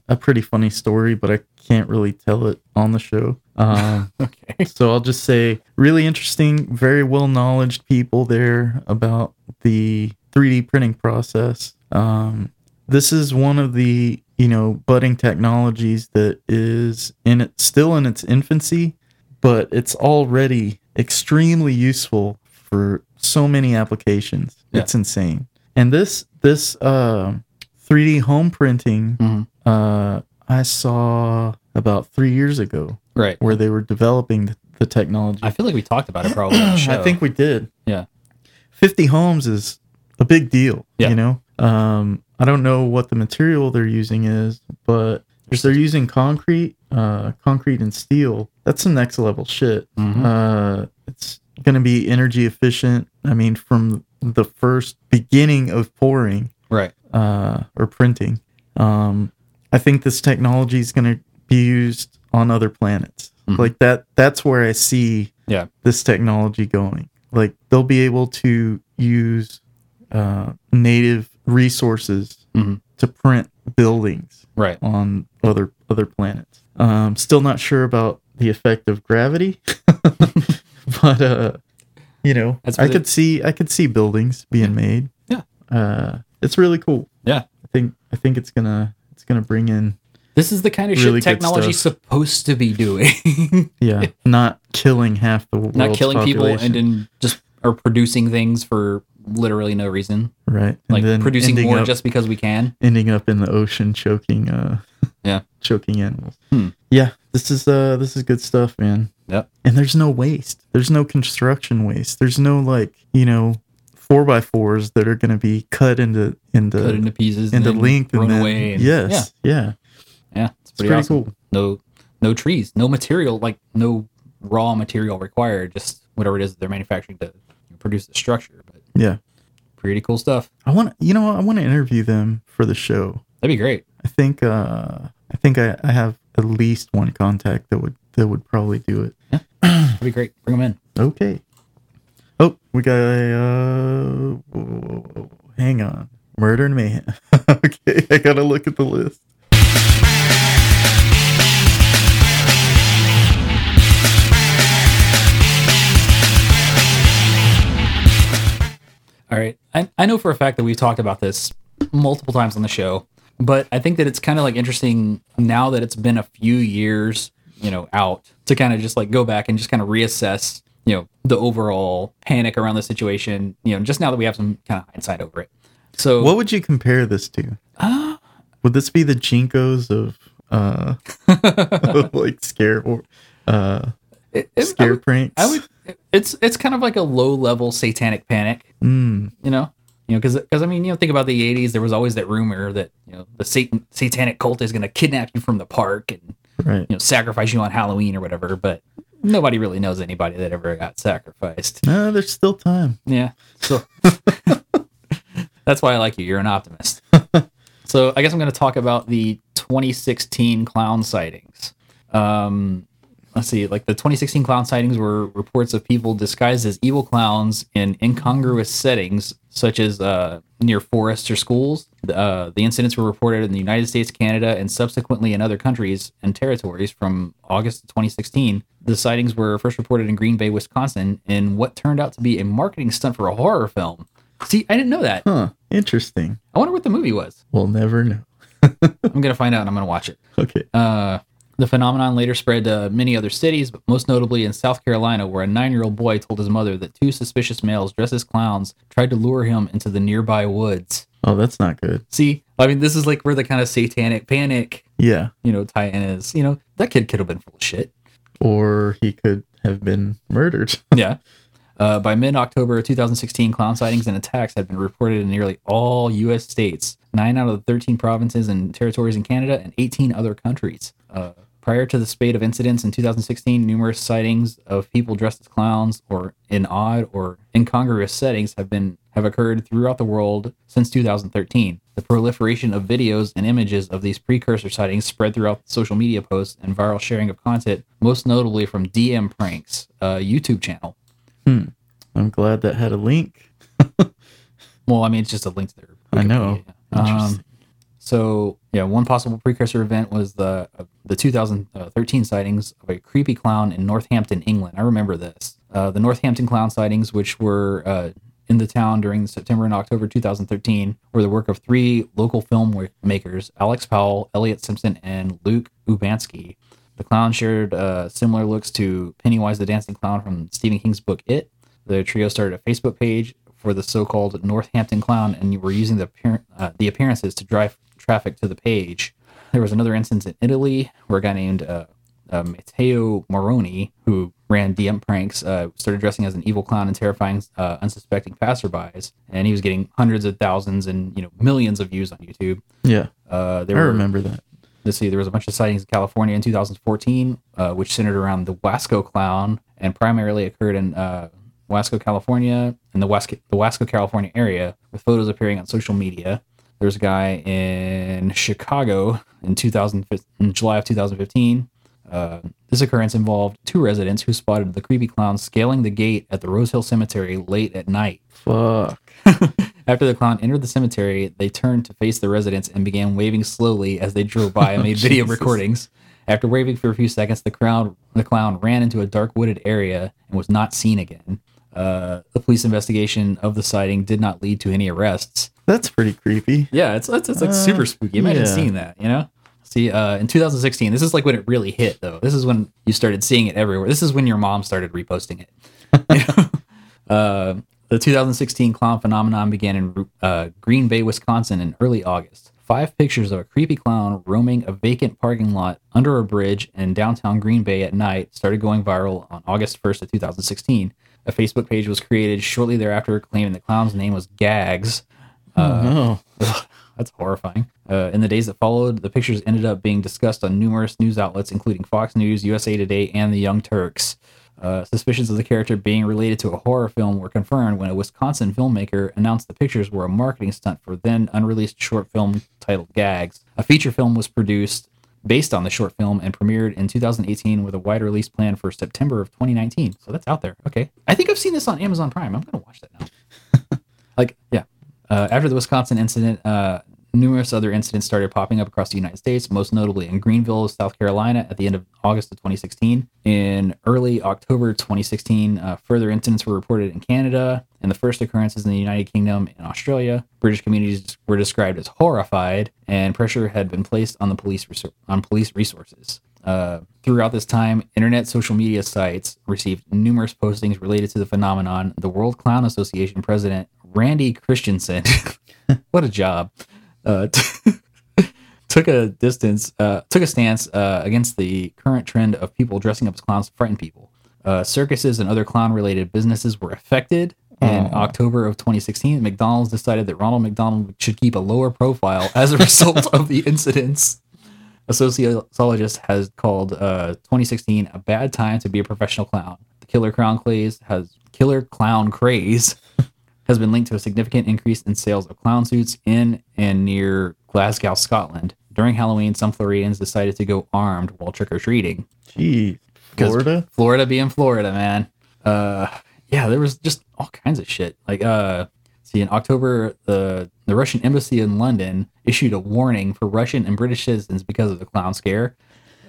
[SPEAKER 1] a pretty funny story, but I can't really tell it on the show. Um
[SPEAKER 2] *laughs* Okay.
[SPEAKER 1] so I'll just say really interesting, very well knowledged people there about the 3D printing process. Um, this is one of the you know budding technologies that is in it still in its infancy, but it's already extremely useful for so many applications.
[SPEAKER 2] Yeah.
[SPEAKER 1] It's insane. And this this um 3D home printing
[SPEAKER 2] Mhm.
[SPEAKER 1] uh, I saw about three years ago
[SPEAKER 2] Right.
[SPEAKER 1] where they were developing the, the technology.
[SPEAKER 2] I feel like we talked about it probably. On the show.
[SPEAKER 1] *clears throat* I think we did.
[SPEAKER 2] Yeah.
[SPEAKER 1] 50 homes is a big deal,
[SPEAKER 2] Yeah.
[SPEAKER 1] you know? Um, I don't know what the material they're using is, but if they're using concrete, uh, concrete and steel, that's some next level shit.
[SPEAKER 2] Mhm.
[SPEAKER 1] Uh, it's going to be energy efficient. I mean, from the first beginning of pouring,
[SPEAKER 2] Right.
[SPEAKER 1] uh, or printing. Um, I think this technology is going to be used on other planets.
[SPEAKER 2] Mhm.
[SPEAKER 1] Like that. That's where I see
[SPEAKER 2] Yeah.
[SPEAKER 1] this technology going. Like they'll be able to use uh, native resources
[SPEAKER 2] Mhm.
[SPEAKER 1] to print buildings
[SPEAKER 2] Right.
[SPEAKER 1] on other other planets. Um, still not sure about the effect of gravity, *laughs* but uh, you know,
[SPEAKER 2] That's
[SPEAKER 1] I
[SPEAKER 2] really-
[SPEAKER 1] could see I could see buildings being made.
[SPEAKER 2] Yeah.
[SPEAKER 1] uh, it's really cool.
[SPEAKER 2] Yeah.
[SPEAKER 1] I think I think it's gonna it's gonna bring in
[SPEAKER 2] This is the kind of
[SPEAKER 1] Really
[SPEAKER 2] shit
[SPEAKER 1] good
[SPEAKER 2] technology's supposed to be doing. *laughs*
[SPEAKER 1] yeah, not killing half the world's
[SPEAKER 2] not killing people
[SPEAKER 1] population.
[SPEAKER 2] and then just are producing things for literally no reason
[SPEAKER 1] right,
[SPEAKER 2] like
[SPEAKER 1] and then
[SPEAKER 2] producing
[SPEAKER 1] ending
[SPEAKER 2] more
[SPEAKER 1] up,
[SPEAKER 2] just because we can
[SPEAKER 1] ending up in the ocean choking uh *laughs*
[SPEAKER 2] Yeah.
[SPEAKER 1] choking animals
[SPEAKER 2] Hmm.
[SPEAKER 1] Yeah, this is uh this is good stuff, man.
[SPEAKER 2] Yep.
[SPEAKER 1] And there's no waste. There's no construction waste. There's no like, you know, four by fours that are gonna be cut into into
[SPEAKER 2] Cut into pieces
[SPEAKER 1] into
[SPEAKER 2] and then
[SPEAKER 1] length
[SPEAKER 2] thrown
[SPEAKER 1] and then,
[SPEAKER 2] away. and-
[SPEAKER 1] yes. Yeah.
[SPEAKER 2] Yeah, yeah, it's
[SPEAKER 1] It's pretty,
[SPEAKER 2] pretty, awesome.
[SPEAKER 1] cool.
[SPEAKER 2] No, no trees, no material, like no raw material required. Just whatever it is that they're manufacturing to produce the structure. But
[SPEAKER 1] Yeah.
[SPEAKER 2] pretty cool stuff.
[SPEAKER 1] I want you know, I want to interview them for the show.
[SPEAKER 2] That'd be great.
[SPEAKER 1] I think uh I think I, I have at least one contact that would that would probably do it.
[SPEAKER 2] That'd be great. Bring them in.
[SPEAKER 1] Okay. Oh, we got a uh whoa, whoa, whoa, whoa. hang on. Murder and mayhem. *laughs* okay, I gotta look at the list.
[SPEAKER 2] All right. I, I know for a fact that we've talked about this multiple times on the show, but I think that it's kind of like interesting now that it's been a few years, you know, out to kind of just like go back and just kind of reassess, you know, the overall panic around the situation, you know, just now that we have some kind of hindsight over it. So,
[SPEAKER 1] What would you compare this
[SPEAKER 2] *gasps*
[SPEAKER 1] to?
[SPEAKER 2] Ah.
[SPEAKER 1] Would this be the Jinkos of
[SPEAKER 2] *laughs*
[SPEAKER 1] uh of, like scare or uh
[SPEAKER 2] It- it- I
[SPEAKER 1] scare
[SPEAKER 2] would-
[SPEAKER 1] pranks?
[SPEAKER 2] I would, it's, it's kind of like a low level satanic panic.
[SPEAKER 1] mm,
[SPEAKER 2] you know you know because i mean you know think about the 80s there was always that rumor that you know the satan satanic cult is going to kidnap you from the park and
[SPEAKER 1] right.
[SPEAKER 2] you know sacrifice you on halloween or whatever but nobody really knows anybody that ever got sacrificed
[SPEAKER 1] No, there's still time.
[SPEAKER 2] yeah so *laughs* that's why i like you you're an optimist so i guess i'm going to talk about the 2016 clown sightings um let's see like the 2016 clown sightings were reports of people disguised as evil clowns in incongruous settings such as uh, near forests or schools uh, the incidents were reported in the united states canada and subsequently in other countries and territories from august 2016 the sightings were first reported in green bay wisconsin in what turned out to be a marketing stunt for a horror film see i didn't know that
[SPEAKER 1] Huh. Interesting.
[SPEAKER 2] i wonder what the movie was
[SPEAKER 1] We'll never know. *laughs*
[SPEAKER 2] i'm gonna find out and i'm gonna watch it
[SPEAKER 1] Okay.
[SPEAKER 2] uh, the phenomenon later spread to many other cities, but most notably in South Carolina, where a nine year old boy told his mother that two suspicious males dressed as clowns tried to lure him into the nearby woods.
[SPEAKER 1] Oh, that's not good.
[SPEAKER 2] See, I mean, this is like where the kind of satanic panic,
[SPEAKER 1] Yeah.
[SPEAKER 2] you know, tie in is. You know, that kid could have been full of shit.
[SPEAKER 1] Or he could have been murdered. *laughs*
[SPEAKER 2] Yeah. Uh, by mid October 2016, clown sightings and attacks had been reported in nearly all U.S. states, nine out of the 13 provinces and territories in Canada, and 18 other countries. Uh, prior to the spate of incidents in 2016, numerous sightings of people dressed as clowns or in odd or incongruous settings have been have occurred throughout the world since 2013. The proliferation of videos and images of these precursor sightings spread throughout social media posts and viral sharing of content, most notably from DM Pranks, a YouTube channel.
[SPEAKER 1] I'm glad that had a link.
[SPEAKER 2] Well, I mean, it's just a link to their.
[SPEAKER 1] I know.
[SPEAKER 2] Wikipedia.
[SPEAKER 1] Interesting.
[SPEAKER 2] Um, so yeah, one possible precursor event was the uh, the 2013 sightings of a creepy clown in Northampton, England. I remember this. Uh, the Northampton clown sightings, which were uh, in the town during September and October 2013, were the work of three local film makers: Alex Powell, Elliot Simpson, and Luke Ubansky. The clown shared uh, similar looks to Pennywise the Dancing Clown from Stephen King's book It. The trio started a Facebook page for the so-called Northampton Clown, and were using the appear- uh, the appearances to drive traffic to the page. There was another instance in Italy where a guy named uh, uh, Matteo Moroni, who ran DM pranks, uh, started dressing as an evil clown and terrifying uh, unsuspecting passerbys, and he was getting hundreds of thousands and you know millions of views on YouTube.
[SPEAKER 1] Yeah.
[SPEAKER 2] Uh,
[SPEAKER 1] I
[SPEAKER 2] there were
[SPEAKER 1] remember that.
[SPEAKER 2] let's see, there was a bunch of sightings in California in 2014, uh, which centered around the Wasco clown and primarily occurred in uh, Wasco, California, in the, Wasco, the Wasco, California area, with photos appearing on social media. There's a guy in Chicago in 2000, in July of 2015. Uh, this occurrence involved two residents who spotted the creepy clown scaling the gate at the Rose Hill Cemetery late at night.
[SPEAKER 1] Fuck.
[SPEAKER 2] After the clown entered the cemetery, they turned to face the residents and began waving slowly as they drove by and made video
[SPEAKER 1] Jesus.
[SPEAKER 2] recordings. After waving for a few seconds, the crowd the clown ran into a dark wooded area and was not seen again. Uh, the police investigation of the sighting did not lead to any arrests.
[SPEAKER 1] That's pretty creepy.
[SPEAKER 2] Yeah, it's it's, it's like
[SPEAKER 1] Uh,
[SPEAKER 2] super spooky. Imagine
[SPEAKER 1] yeah.
[SPEAKER 2] seeing that, you know? See, uh, in 2016, this is like when it really hit, though. This is when you started seeing it everywhere. This is when your mom started reposting it. *laughs* uh, the 2016 clown phenomenon began in uh, Green Bay, Wisconsin in early August. five pictures of a creepy clown roaming a vacant parking lot under a bridge in downtown Green Bay at night started going viral on August 1st of 2016. A Facebook page was created shortly thereafter claiming the clown's name was Gags. Uh,
[SPEAKER 1] oh,
[SPEAKER 2] Ugh, that's horrifying. Uh, in the days that followed, the pictures ended up being discussed on numerous news outlets, including Fox News, USA Today, and The Young Turks. Uh, suspicions of the character being related to a horror film were confirmed when a Wisconsin filmmaker announced the pictures were a marketing stunt for then unreleased short film titled Gags. A feature film was produced based on the short film and premiered in 2018 with a wide release plan for September of 2019. So that's out there. Okay. I think I've seen this on Amazon Prime. I'm going to watch that now. like, yeah. Uh, after the Wisconsin incident, uh, numerous other incidents started popping up across the United States, most notably in Greenville, South Carolina, at the end of August of 2016. In early October 2016, uh, further incidents were reported in Canada, and the first occurrences in the United Kingdom and Australia. British communities were described as horrified, and pressure had been placed on the police resor- on police resources. Uh, throughout this time, internet social media sites received numerous postings related to the phenomenon. The World Clown Association president Randy Christensen, what a job, uh, *laughs* took a distance, uh, took a stance uh, against the current trend of people dressing up as clowns to frighten people. Uh, circuses and other clown-related businesses were affected. In
[SPEAKER 1] Aw.
[SPEAKER 2] October of 2016, McDonald's decided that Ronald McDonald should keep a lower profile as a result of the incidents. A sociologist has called uh, 2016 a bad time to be a professional clown. The killer clown craze has killer clown craze has been linked to a significant increase in sales of clown suits in and near Glasgow, Scotland. During Halloween, some Floridians decided to go armed while trick or treating.
[SPEAKER 1] geez,
[SPEAKER 2] 'Cause
[SPEAKER 1] Florida.
[SPEAKER 2] Florida being Florida, man. Uh, yeah, there was just all kinds of shit. Like, uh, see, in October, the the Russian embassy in London issued a warning for Russian and British citizens because of the clown scare.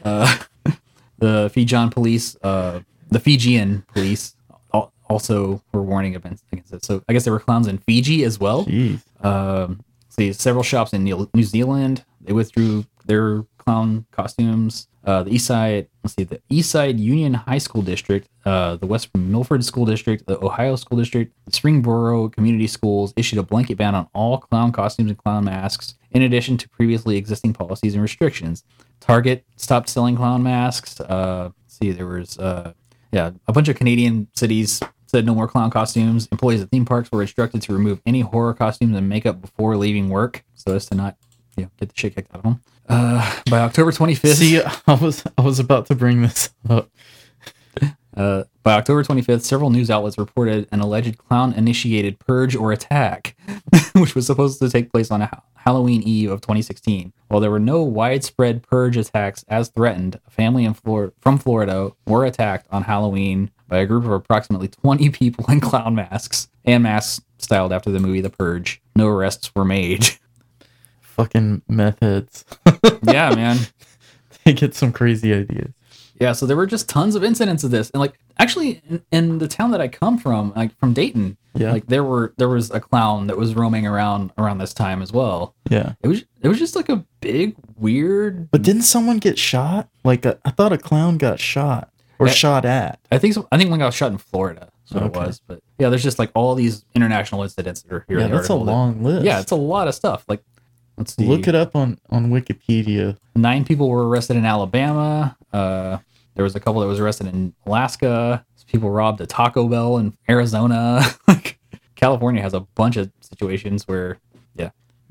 [SPEAKER 2] Uh, *laughs* the Fijian police, uh, the Fijian police, al- also were warning against against it. So I guess there were clowns in Fiji as well.
[SPEAKER 1] Jeez,
[SPEAKER 2] Um, see, several shops in New New Zealand they withdrew their clown costumes. Uh, the East Side, let's see, the East Side Union High School District, uh, the West Milford School District, the Ohio School District, the Springboro Community Schools issued a blanket ban on all clown costumes and clown masks, in addition to previously existing policies and restrictions. Target stopped selling clown masks. Uh, let's see, there was uh, yeah, a bunch of Canadian cities said no more clown costumes. Employees at theme parks were instructed to remove any horror costumes and makeup before leaving work, so as to not, you know, get the shit kicked out of them. Uh, by October 25th,
[SPEAKER 1] see, *laughs* I was I was about to bring this up.
[SPEAKER 2] uh, by October 25th, several news outlets reported an alleged clown-initiated purge or attack, *laughs* which was supposed to take place on a Ha- Halloween Eve of 2016. While there were no widespread purge attacks as threatened, a family in Flor- from Florida were attacked on Halloween by a group of approximately 20 people in clown masks and masks styled after the movie The Purge. No arrests were made. *laughs*
[SPEAKER 1] Fucking meth heads.
[SPEAKER 2] yeah, man.
[SPEAKER 1] *laughs* they get some crazy ideas.
[SPEAKER 2] Yeah, so there were just tons of incidents of this, and like actually, in, in the town that I come from, like from Dayton,
[SPEAKER 1] Yeah.
[SPEAKER 2] like there were there was a clown that was roaming around around this time as well.
[SPEAKER 1] Yeah.
[SPEAKER 2] It was it was just like a big weird.
[SPEAKER 1] But didn't someone get shot? Like uh, I I thought a clown got shot or
[SPEAKER 2] Yeah.
[SPEAKER 1] shot at.
[SPEAKER 2] I think so, I think one got shot in Florida, so it
[SPEAKER 1] Okay.
[SPEAKER 2] was. But yeah, there's just like all these international incidents that are here.
[SPEAKER 1] yeah,
[SPEAKER 2] in the
[SPEAKER 1] that's a
[SPEAKER 2] article that-
[SPEAKER 1] long list.
[SPEAKER 2] Yeah, it's a lot of stuff. Like, let's see.
[SPEAKER 1] look it up on on Wikipedia.
[SPEAKER 2] nine people were arrested in Alabama. Uh, there was a couple that was arrested in Alaska. People robbed a Taco Bell in Arizona. *laughs* Like, California has a bunch of situations where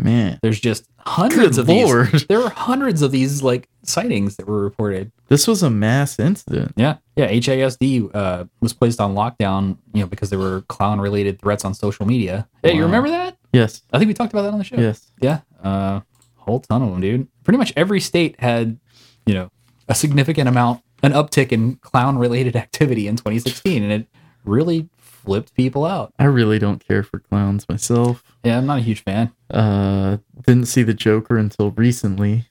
[SPEAKER 1] Man,
[SPEAKER 2] there's just hundreds
[SPEAKER 1] Good
[SPEAKER 2] of
[SPEAKER 1] Lord.
[SPEAKER 2] these. *laughs* There were hundreds of these like sightings that were reported.
[SPEAKER 1] this was a mass incident.
[SPEAKER 2] Yeah, yeah. HASD uh, was placed on lockdown, you know, because there were clown-related threats on social media. Yeah, you
[SPEAKER 1] Wow.
[SPEAKER 2] remember that?
[SPEAKER 1] Yes.
[SPEAKER 2] I think we talked about that on the show.
[SPEAKER 1] Yes.
[SPEAKER 2] Yeah, uh, whole ton of them, dude. Pretty much every state had, you know, a significant amount, an uptick in clown-related *laughs* activity in 2016, and it really flipped people out.
[SPEAKER 1] I really don't care for clowns myself.
[SPEAKER 2] Yeah, I'm not a huge fan.
[SPEAKER 1] Uh didn't see the Joker until recently.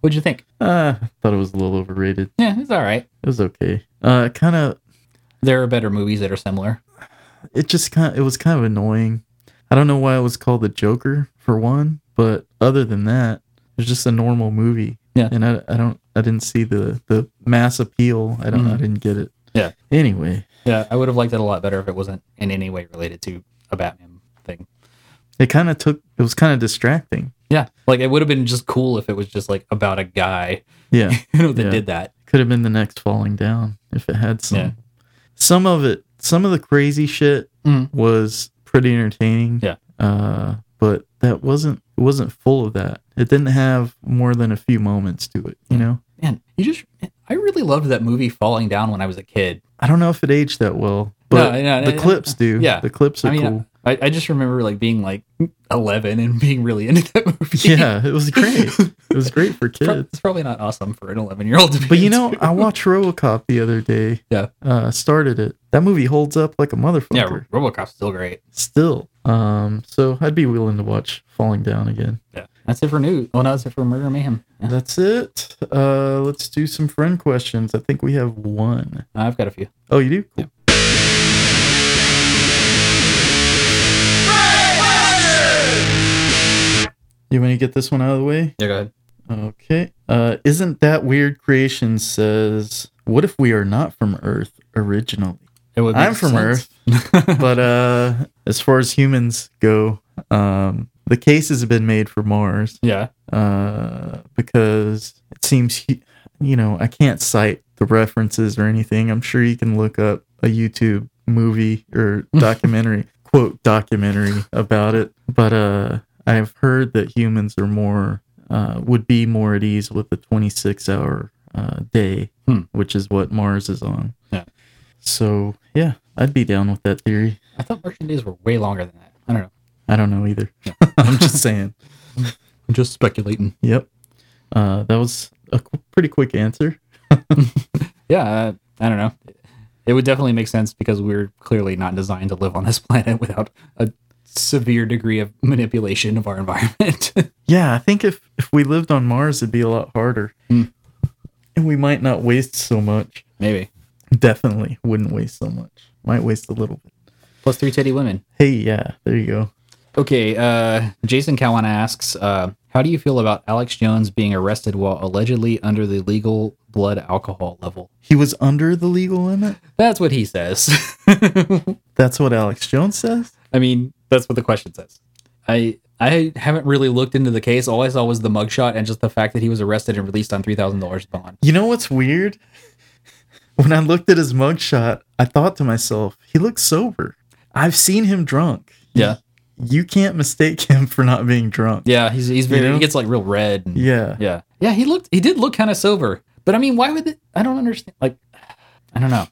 [SPEAKER 2] What'd you think?
[SPEAKER 1] Uh thought it was a little overrated.
[SPEAKER 2] Yeah, it's all right.
[SPEAKER 1] It was okay. Uh kind of
[SPEAKER 2] There are better movies that are similar.
[SPEAKER 1] it just kind it was kind of annoying. I don't know why it was called the Joker for one, but other than that, it's just a normal movie.
[SPEAKER 2] Yeah.
[SPEAKER 1] And I, I don't I didn't see the the mass appeal. I don't I
[SPEAKER 2] Mhm.
[SPEAKER 1] didn't get it.
[SPEAKER 2] Yeah.
[SPEAKER 1] Anyway,
[SPEAKER 2] Yeah, I would have liked it a lot better if it wasn't in any way related to a Batman thing.
[SPEAKER 1] it kind of took it was kind of distracting.
[SPEAKER 2] Yeah. Like it would have been just cool if it was just like about a guy *laughs*
[SPEAKER 1] Yeah.
[SPEAKER 2] you know, that
[SPEAKER 1] Yeah.
[SPEAKER 2] did that.
[SPEAKER 1] Could have been the next falling down if it had some.
[SPEAKER 2] Yeah.
[SPEAKER 1] Some of it, some of the crazy shit
[SPEAKER 2] Mm.
[SPEAKER 1] was pretty entertaining.
[SPEAKER 2] Yeah.
[SPEAKER 1] Uh, but that wasn't it wasn't full of that. It didn't have more than a few moments to it. You know,
[SPEAKER 2] Man, you just I really loved that movie Falling Down when I was a kid.
[SPEAKER 1] I don't know if it aged that well, but
[SPEAKER 2] no,
[SPEAKER 1] the
[SPEAKER 2] no,
[SPEAKER 1] clips do.
[SPEAKER 2] yeah.
[SPEAKER 1] the clips are
[SPEAKER 2] I mean, uh,
[SPEAKER 1] cool.
[SPEAKER 2] I, I just remember like being like eleven and being really *laughs* into that
[SPEAKER 1] *laughs*
[SPEAKER 2] movie. *laughs*
[SPEAKER 1] yeah, it was great. It was great for
[SPEAKER 2] Pro-
[SPEAKER 1] kids.
[SPEAKER 2] It's probably not awesome for an 11 year old to be.
[SPEAKER 1] But you
[SPEAKER 2] *laughs*
[SPEAKER 1] know,
[SPEAKER 2] into.
[SPEAKER 1] I watched RoboCop the other day.
[SPEAKER 2] Yeah.
[SPEAKER 1] uh, started it. That movie holds up like a motherfucker.
[SPEAKER 2] yeah, RoboCop's still great.
[SPEAKER 1] still. Um, so I'd be willing to watch Falling Down again.
[SPEAKER 2] Yeah, that's it for new. Well, no, that's it for Murder Mayhem. Yeah,
[SPEAKER 1] That's it. Uh, let's do some friend questions. I think we have one.
[SPEAKER 2] I've got a few.
[SPEAKER 1] Oh, you do? Cool. You want to get this one out of the way?
[SPEAKER 2] Yeah, go ahead.
[SPEAKER 1] Okay. Uh, isn't that weird? Creation says, "What if we are not from Earth originally?"
[SPEAKER 2] It would
[SPEAKER 1] I'm from
[SPEAKER 2] Earth.
[SPEAKER 1] but uh, as far as humans go, um, the case has been made for Mars
[SPEAKER 2] *laughs* yeah,
[SPEAKER 1] uh, because it seems, hu- you know, I can't cite the references or anything. I'm sure you can look up a YouTube movie
[SPEAKER 2] *laughs*
[SPEAKER 1] or documentary, quote, documentary about it. But uh, I've heard that humans are more, uh, would be more at ease with the 26 hour uh, day,
[SPEAKER 2] Hmm.
[SPEAKER 1] which is what Mars is on.
[SPEAKER 2] Yeah.
[SPEAKER 1] So, yeah, I'd be down with that theory.
[SPEAKER 2] I thought Martian days were way longer than that. I don't know.
[SPEAKER 1] I don't know either. *laughs* I'm just saying.
[SPEAKER 2] I'm just speculating.
[SPEAKER 1] Yep. Uh, that was a qu- pretty quick answer.
[SPEAKER 2] Yeah, uh, I don't know. It would definitely make sense because we're clearly not designed to live on this *laughs* planet without a severe degree of manipulation of our environment. *laughs*
[SPEAKER 1] Yeah, I think if, if we lived on Mars, it'd be a lot harder.
[SPEAKER 2] Hmm.
[SPEAKER 1] And we might not waste so much.
[SPEAKER 2] Maybe.
[SPEAKER 1] Definitely wouldn't waste so much. Might waste a little bit.
[SPEAKER 2] Plus three titty women.
[SPEAKER 1] Hey, yeah, there you go.
[SPEAKER 2] Okay, uh, Jason Cowan asks, uh, how do you feel about Alex Jones being arrested while allegedly under the legal blood alcohol level?
[SPEAKER 1] He was under the legal limit.
[SPEAKER 2] That's what he says. *laughs*
[SPEAKER 1] That's what Alex Jones says.
[SPEAKER 2] I mean, that's what the question says. I I haven't really looked into the case. All I saw was the mugshot and just the fact that he was arrested and released on three thousand dollars bond.
[SPEAKER 1] You know what's weird? *laughs* When I looked at his mugshot, I thought to myself, he looks sober. I've seen him drunk.
[SPEAKER 2] Yeah.
[SPEAKER 1] You can't mistake him for not being drunk.
[SPEAKER 2] Yeah, he's he's very
[SPEAKER 1] You know?
[SPEAKER 2] he gets like real red. And,
[SPEAKER 1] Yeah.
[SPEAKER 2] yeah, yeah. He looked he did look kind of sober, but I mean, why would it, I don't understand? Like, I don't know.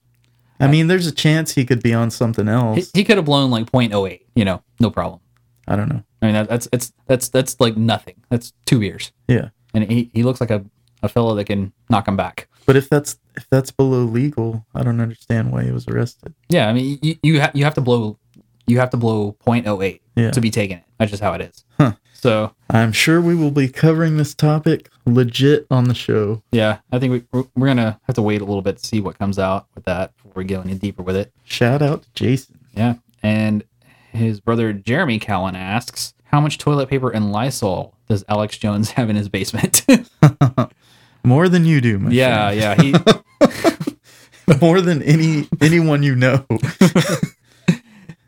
[SPEAKER 1] I mean, there's a chance he could be on something
[SPEAKER 2] He,
[SPEAKER 1] else.
[SPEAKER 2] he could have blown like .08, you know, no problem.
[SPEAKER 1] I don't know.
[SPEAKER 2] I mean, that, that's it's that's that's like nothing. That's two beers,
[SPEAKER 1] Yeah.
[SPEAKER 2] and he, he looks like a a fellow that can knock him back.
[SPEAKER 1] But if that's if that's below legal, I don't understand why he was arrested.
[SPEAKER 2] Yeah, I mean, you you, ha- you have to blow you have to blow .08
[SPEAKER 1] Yeah.
[SPEAKER 2] to be taken. It. That's just how it is.
[SPEAKER 1] Huh.
[SPEAKER 2] So
[SPEAKER 1] I'm sure we will be covering this topic legit on the show.
[SPEAKER 2] yeah, I think we we're- we're gonna have to wait a little bit to see what comes out with that before we go any deeper with it.
[SPEAKER 1] Shout out to Jason.
[SPEAKER 2] Yeah, and his brother Jeremy Cowan asks, how much toilet paper and Lysol does Alex Jones *laughs* have in his basement?
[SPEAKER 1] More than you do, my
[SPEAKER 2] yeah, yeah, he.
[SPEAKER 1] friend. *laughs* More than any anyone you know.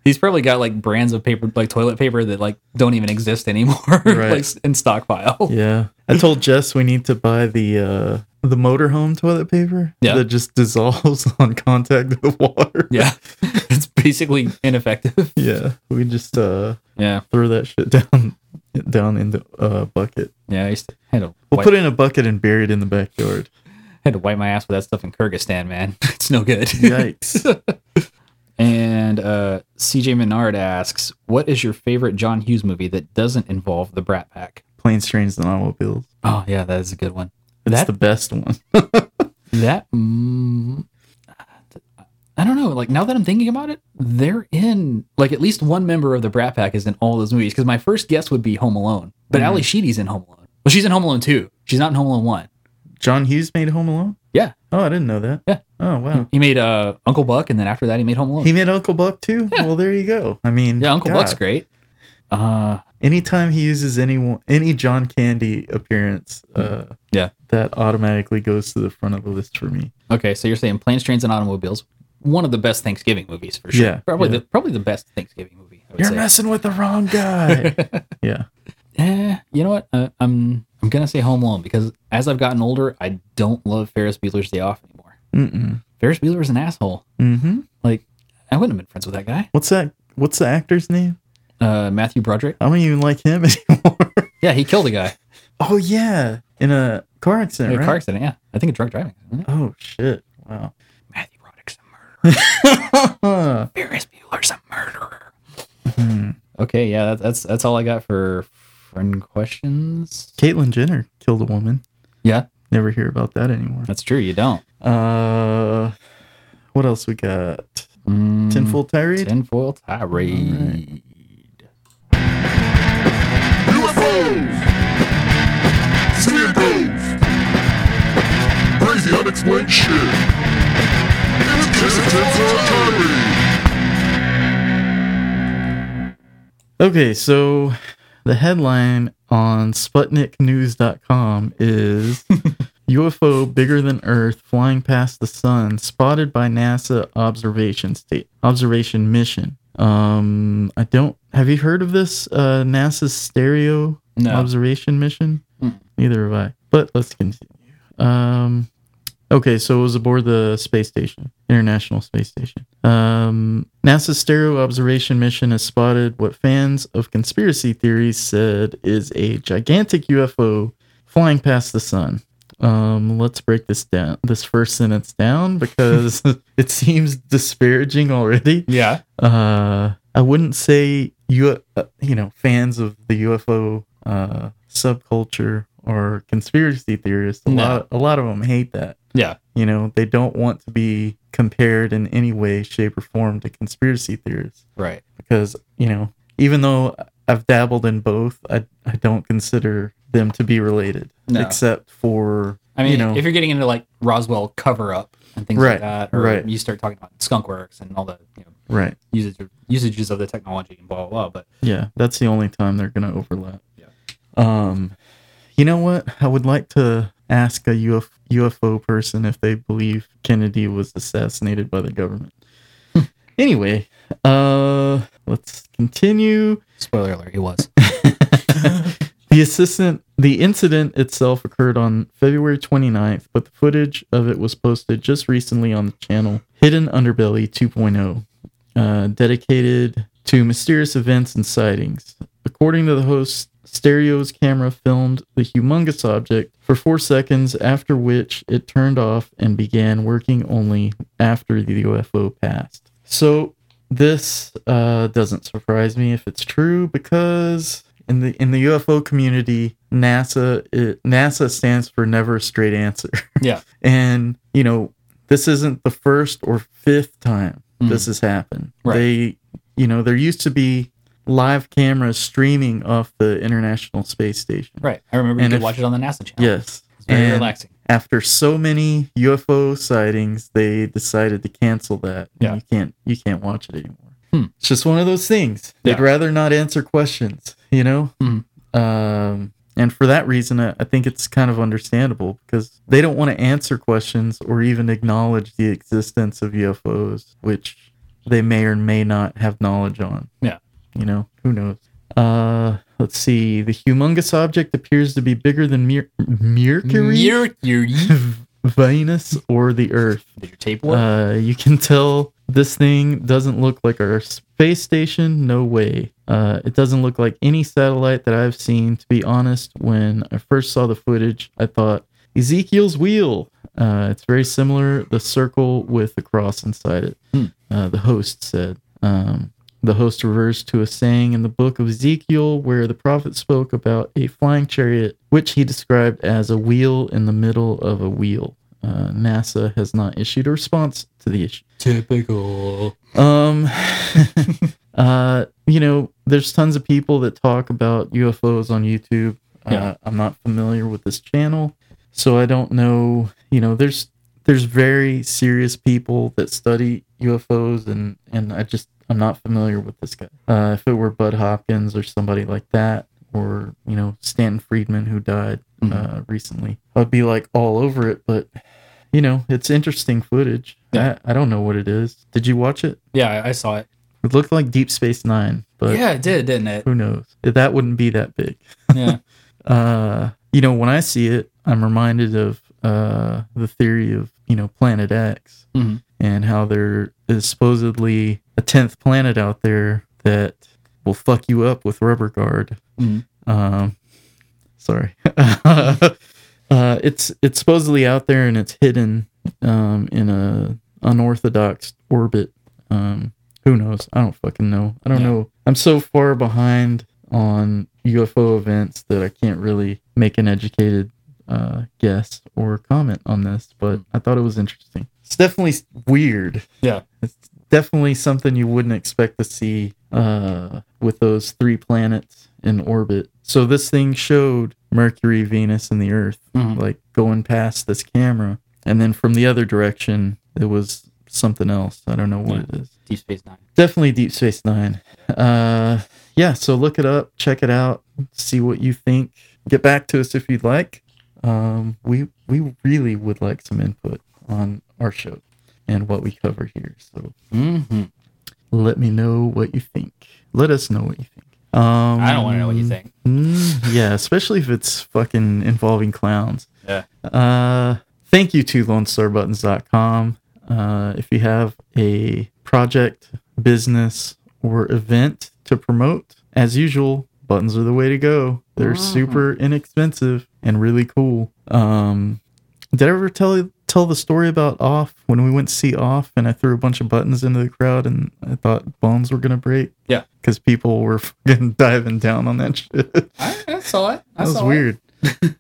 [SPEAKER 2] He's probably got like brands of paper, like toilet paper that like don't even exist anymore, *laughs*
[SPEAKER 1] Right.
[SPEAKER 2] like in stockpile.
[SPEAKER 1] yeah. I told Jess we need to buy the uh the motorhome toilet paper
[SPEAKER 2] Yeah.
[SPEAKER 1] that just dissolves *laughs* on contact with water.
[SPEAKER 2] *laughs* Yeah. it's basically ineffective.
[SPEAKER 1] *laughs* Yeah. We just uh
[SPEAKER 2] Yeah,
[SPEAKER 1] throw that shit down down in the uh, bucket.
[SPEAKER 2] yeah. I used to had to
[SPEAKER 1] We'll
[SPEAKER 2] wipe,
[SPEAKER 1] put it in a bucket and bury it in the
[SPEAKER 2] *laughs*
[SPEAKER 1] backyard.
[SPEAKER 2] had to wipe my ass with that stuff in Kyrgyzstan, man. *laughs* It's no good.
[SPEAKER 1] Yikes.
[SPEAKER 2] *laughs* and uh, CJ Menard asks, "What is your favorite John Hughes movie that doesn't involve the Brat Pack?"
[SPEAKER 1] Planes, trains, and automobiles.
[SPEAKER 2] Oh yeah, that is a good one.
[SPEAKER 1] That's
[SPEAKER 2] That-
[SPEAKER 1] the best one.
[SPEAKER 2] That mm, I don't know. Like now that I'm thinking about it, they're in like at least one member of the Brat Pack is in all those movies. Because my first guess would be Home Alone, but
[SPEAKER 1] Mhm.
[SPEAKER 2] Ali Sheedy's in Home Alone. Well, she's in Home Alone two. She's not in Home Alone one.
[SPEAKER 1] John Hughes made Home Alone.
[SPEAKER 2] Yeah.
[SPEAKER 1] Oh, I didn't know that.
[SPEAKER 2] Yeah.
[SPEAKER 1] Oh wow.
[SPEAKER 2] He made uh, Uncle Buck, and then after that, he made Home Alone.
[SPEAKER 1] He made Uncle Buck too. Well, there you go. I mean,
[SPEAKER 2] yeah, Uncle
[SPEAKER 1] God,
[SPEAKER 2] Buck's great. Uh,
[SPEAKER 1] Anytime he uses any any John Candy appearance, uh,
[SPEAKER 2] Hmm. Yeah.
[SPEAKER 1] that automatically goes to the front of the list for me.
[SPEAKER 2] okay, so you're saying Planes, Trains, and Automobiles, one of the best Thanksgiving movies for sure.
[SPEAKER 1] Yeah,
[SPEAKER 2] probably
[SPEAKER 1] yeah.
[SPEAKER 2] the probably the best Thanksgiving movie. I would
[SPEAKER 1] You're
[SPEAKER 2] say. *laughs*
[SPEAKER 1] messing with the wrong guy. yeah.
[SPEAKER 2] eh, you know what? Uh, I'm I'm gonna say Home Alone because as I've gotten older, I don't love Ferris Bueller's Day Off anymore.
[SPEAKER 1] Mm
[SPEAKER 2] Ferris Bueller's an asshole.
[SPEAKER 1] hmm.
[SPEAKER 2] Like I wouldn't have been friends with that guy.
[SPEAKER 1] What's that? What's the actor's name?
[SPEAKER 2] Uh, Matthew Broderick.
[SPEAKER 1] I don't even like him *laughs* anymore.
[SPEAKER 2] Yeah, he killed a guy
[SPEAKER 1] oh, yeah. In a car accident,
[SPEAKER 2] in a
[SPEAKER 1] right?
[SPEAKER 2] car accident. Yeah, I think a drunk driving. accident, wasn't
[SPEAKER 1] Oh, shit. Wow.
[SPEAKER 2] it? Matthew Broderick's a murderer.
[SPEAKER 1] Hmm.
[SPEAKER 2] Ferris Bueller's a murderer. Okay, yeah, that, that's that's all I got for friend questions.
[SPEAKER 1] Caitlyn Jenner killed a woman.
[SPEAKER 2] Yeah,
[SPEAKER 1] Never hear about that anymore.
[SPEAKER 2] that's true. You don't.
[SPEAKER 1] Uh, what else we got?
[SPEAKER 2] Mm,
[SPEAKER 1] Tinfoil tirade.
[SPEAKER 2] Tinfoil tirade.
[SPEAKER 3] UFOs! Skindos! Crazy unexplained shit! It's just a temporary
[SPEAKER 1] Okay, so the headline on SputnikNews.com
[SPEAKER 2] *laughs*
[SPEAKER 1] is UFO bigger than Earth flying past the sun spotted by NASA observation state observation mission. Um, I don't. Have you heard of this uh, NASA's stereo
[SPEAKER 2] No.
[SPEAKER 1] observation mission?
[SPEAKER 2] Mm.
[SPEAKER 1] Neither have I. But let's continue. Um, okay, so it was aboard the space station, International Space Station. Um, NASA's stereo observation mission has spotted what fans of conspiracy theories said is a gigantic UFO flying past the sun. Um, let's break this down, this first sentence down, because *laughs* it seems disparaging already
[SPEAKER 2] Yeah.
[SPEAKER 1] uh, I wouldn't say you uh, you know fans of the UFO uh, subculture or conspiracy theorists. A
[SPEAKER 2] No.
[SPEAKER 1] lot a lot of them hate that.
[SPEAKER 2] Yeah.
[SPEAKER 1] You know they don't want to be compared in any way, shape, or form to conspiracy theorists
[SPEAKER 2] Right.
[SPEAKER 1] because you know even though I've dabbled in both, I I don't consider them to be related
[SPEAKER 2] No.
[SPEAKER 1] except for
[SPEAKER 2] I mean,
[SPEAKER 1] you know
[SPEAKER 2] if you're getting into like Roswell cover up and things
[SPEAKER 1] Right,
[SPEAKER 2] like that, or
[SPEAKER 1] right.
[SPEAKER 2] you start talking about skunk works and all the you know,
[SPEAKER 1] right
[SPEAKER 2] usage, usages of the technology and blah, blah, blah.
[SPEAKER 1] Yeah, that's the only time they're gonna overlap.
[SPEAKER 2] Yeah.
[SPEAKER 1] Um, you know what? I would like to ask a UFO, UFO person if they believe Kennedy was assassinated by the government. anyway, uh, let's continue.
[SPEAKER 2] But spoiler alert, he *laughs* was.
[SPEAKER 1] The assistant, the incident itself occurred on February 29th, but the footage of it was posted just recently on the channel Hidden Underbelly 2.0, uh, dedicated to mysterious events and sightings. According to the host, Stereo's camera filmed the humongous object for four seconds, after which it turned off and began working only after the UFO passed. So this uh, doesn't surprise me if it's true because in the in the UFO community, NASA it, NASA stands for never a straight answer. *laughs*
[SPEAKER 2] Yeah.
[SPEAKER 1] and you know this isn't the first or fifth time
[SPEAKER 2] Mm.
[SPEAKER 1] this has happened.
[SPEAKER 2] Right.
[SPEAKER 1] They you know there used to be live cameras streaming off the International Space Station.
[SPEAKER 2] Right. I remember
[SPEAKER 1] And
[SPEAKER 2] you
[SPEAKER 1] if-
[SPEAKER 2] could watch it on the NASA channel.
[SPEAKER 1] Yes.
[SPEAKER 2] It's very
[SPEAKER 1] And-
[SPEAKER 2] relaxing.
[SPEAKER 1] after so many UFO sightings, they decided to cancel that.
[SPEAKER 2] Yeah.
[SPEAKER 1] You can't you can't watch it anymore.
[SPEAKER 2] Hmm.
[SPEAKER 1] It's just one of those things. They'd
[SPEAKER 2] Yeah.
[SPEAKER 1] rather not answer questions, you know?
[SPEAKER 2] Mhm.
[SPEAKER 1] Um and for that reason, I I think it's kind of understandable because they don't want to answer questions or even acknowledge the existence of UFOs, which they may or may not have knowledge on.
[SPEAKER 2] Yeah.
[SPEAKER 1] You know, who knows? Uh, let's see. The humongous object appears to be bigger than Mer- Mercury.
[SPEAKER 2] Your, your, did
[SPEAKER 1] Venus or the Earth.
[SPEAKER 2] your tape work?
[SPEAKER 1] Uh, you can tell this thing doesn't look like our space station. No way. Uh, it doesn't look like any satellite that I've seen. To be honest, when I first saw the footage, I thought Ezekiel's wheel. Uh, it's very similar. The circle with the cross inside it.
[SPEAKER 2] Hmm.
[SPEAKER 1] Uh, the host said. Um, the host refers to a saying in the book of Ezekiel where the prophet spoke about a flying chariot, which he described as a wheel in the middle of a wheel. Uh, NASA has not issued a response to the issue.
[SPEAKER 2] Typical.
[SPEAKER 1] Um, *laughs* uh, you know, there's tons of people that talk about UFOs on YouTube.
[SPEAKER 2] Yeah.
[SPEAKER 1] Uh, I'm not familiar with this channel, so I don't know. You know, there's there's very serious people that study UFOs, and and I just I'm not familiar with this guy. Uh, if it were Bud Hopkins or somebody like that, or you know Stanton Friedman who died
[SPEAKER 2] Mhm.
[SPEAKER 1] uh, recently, I'd be like all over it. But you know, it's interesting footage.
[SPEAKER 2] Yeah.
[SPEAKER 1] I, I don't know what it is. Did you watch it?
[SPEAKER 2] Yeah, I, I saw it.
[SPEAKER 1] It looked like Deep Space Nine. but
[SPEAKER 2] yeah, it did, didn't it? *laughs*
[SPEAKER 1] who knows? That wouldn't be that big.
[SPEAKER 2] Yeah.
[SPEAKER 1] Uh, you know, when I see it, I'm reminded of uh, the theory of, you know, Planet X
[SPEAKER 2] Mhm.
[SPEAKER 1] and how there is supposedly a 10th planet out there that will fuck you up with rubber guard.
[SPEAKER 2] Mhm.
[SPEAKER 1] Um, sorry. *laughs* uh, it's, it's supposedly out there and it's hidden um, in a unorthodox orbit. Um, who knows? I don't fucking know. I don't
[SPEAKER 2] Yeah.
[SPEAKER 1] know. I'm so far behind on UFO events that I can't really make an educated uh, guess or comment on this, but I thought it was interesting. Hmm. It's definitely s- weird.
[SPEAKER 2] Yeah.
[SPEAKER 1] It's definitely something you wouldn't expect to see uh, with those three planets in orbit. So this thing showed Mercury, Venus, and the Earth
[SPEAKER 2] Mhm.
[SPEAKER 1] like going past this camera. And then from the other direction, it was something else. I don't know what it is.
[SPEAKER 2] Deep Space Nine.
[SPEAKER 1] Definitely Deep Space Nine. Uh, yeah, so look it up, check it out, see what you think. Get back to us if you'd like. Um, we we really would like some input on our show and what we cover here. So
[SPEAKER 2] Mm-hmm.
[SPEAKER 1] let me know what you think. Let us know what you think. Um,
[SPEAKER 2] I don't want to know what you think.
[SPEAKER 1] Mm, yeah, especially if it's fucking involving clowns.
[SPEAKER 2] Yeah.
[SPEAKER 1] Uh, thank you to LoneStarButtons.com. Uh, if you have a project, business, or event to promote, as usual, buttons are the way to go. They're
[SPEAKER 2] Mhm.
[SPEAKER 1] super inexpensive and really cool. Um, did I ever tell tell the story about Off when we went to see Off and I threw a bunch of buttons into the crowd and I thought bones were gonna break?
[SPEAKER 2] Yeah.
[SPEAKER 1] because people were *laughs* fucking diving down on that *laughs* shit.
[SPEAKER 2] I, I saw it. I
[SPEAKER 1] That was
[SPEAKER 2] saw it. *laughs*
[SPEAKER 1] weird.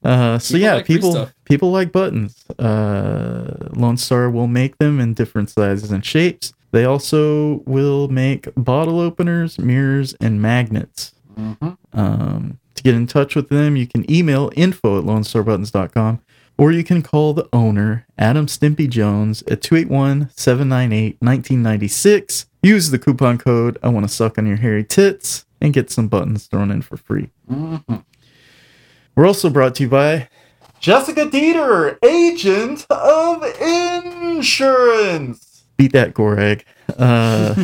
[SPEAKER 1] Uh, so
[SPEAKER 2] People
[SPEAKER 1] yeah,
[SPEAKER 2] like free
[SPEAKER 1] people
[SPEAKER 2] stuff.
[SPEAKER 1] people like buttons. Uh, Lone Star will make them in different sizes and shapes. They also will make bottle openers, mirrors, and magnets.
[SPEAKER 2] Mhm.
[SPEAKER 1] Um, to get in touch with them, you can email info at lonestarbuttons.com or you can call the owner, Adam Stimpy Jones, at 281 798 1996. Use the coupon code I want to suck on your hairy tits and get some buttons thrown in for free. Mm-hmm.
[SPEAKER 2] Mhm.
[SPEAKER 1] We're also brought to you by Jessica Dieter, agent of insurance. Beat that, Goreg. Uh,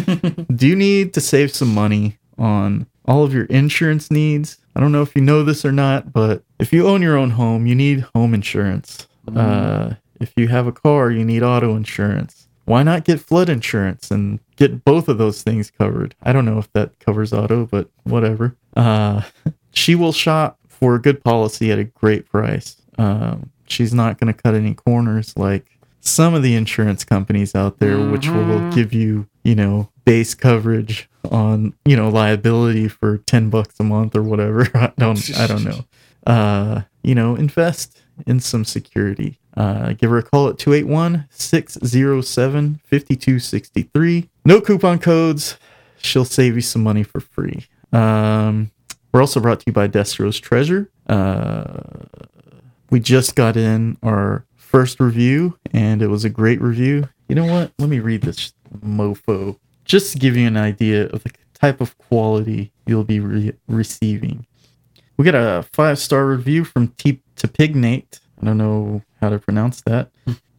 [SPEAKER 1] do you need to save some money on all of your insurance needs? I don't know if you know this or not, but if you own your own home, you need home insurance. Uh, if you have a car, you need auto insurance. Why not get flood insurance and get both of those things covered? I don't know if that covers auto, but whatever. Uh, *laughs* she will shop for a good policy at a great price. Um, she's not going to cut any corners like some of the insurance companies out there, which will
[SPEAKER 2] Mhm.
[SPEAKER 1] give you, you know, base coverage on, you know, liability for 10 bucks a month or whatever. *laughs* I don't, I don't know. Uh, you know, invest in some security. Uh, give her a call at 281 607 5263. No coupon codes. She'll save you some money for free. Um, we're also brought to you by Destro's Treasure. Uh, we just got in our first review, and it was a great review. You know what? Let me read this mofo just to give you an idea of the type of quality you'll be re- receiving. We got a five star review from T- Tapignate. I don't know how to pronounce that.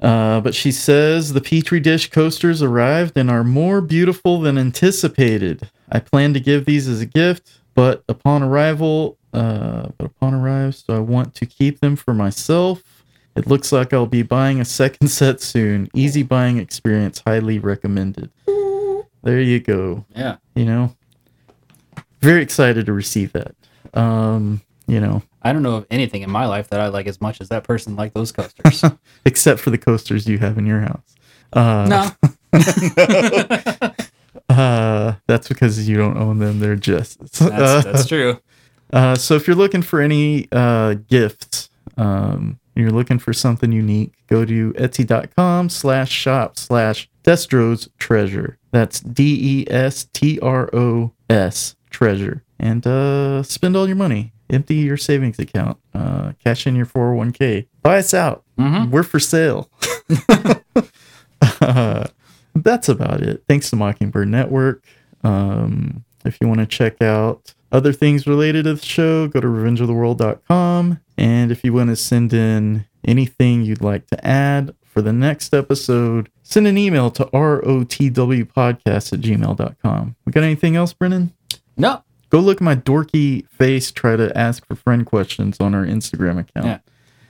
[SPEAKER 1] Uh, but she says the Petri dish coasters arrived and are more beautiful than anticipated. I plan to give these as a gift, but upon arrival, uh, but upon arrival, so I want to keep them for myself. It looks like I'll be buying a second *laughs* set soon. Easy buying experience, highly recommended. There you go
[SPEAKER 2] Yeah.
[SPEAKER 1] you know very excited to receive that um you know
[SPEAKER 2] I don't know of anything in my life that I like as much as that person liked those *laughs* coasters.
[SPEAKER 1] except for the coasters you have in your house uh
[SPEAKER 2] no. that's,
[SPEAKER 1] uh that's because you don't own them they're just
[SPEAKER 2] *laughs*
[SPEAKER 1] *laughs*
[SPEAKER 2] that's true.
[SPEAKER 1] Uh, so if you're looking for any uh, gifts, um, you're looking for something unique, go to etsy.com slash shop slash Destro's Treasure. That's E D-E-S-T-R-O-S Treasure. And uh, spend all your money. Empty your savings account. Uh, cash in your 401k. Buy us out.
[SPEAKER 2] Mhm.
[SPEAKER 1] We're for sale. *laughs* Uh, that's about it. Thanks to Mockingbird Network. Um, if you want to check out other things related to the show, go to revengeoftheworld.com. And if you want to send in anything you'd like to add for the next episode, send an email to rotwpodcast at gmail.com. We got anything else, Brennan?
[SPEAKER 2] No.
[SPEAKER 1] Go look at my dorky face try to ask for friend questions on our Instagram account.
[SPEAKER 2] Yeah.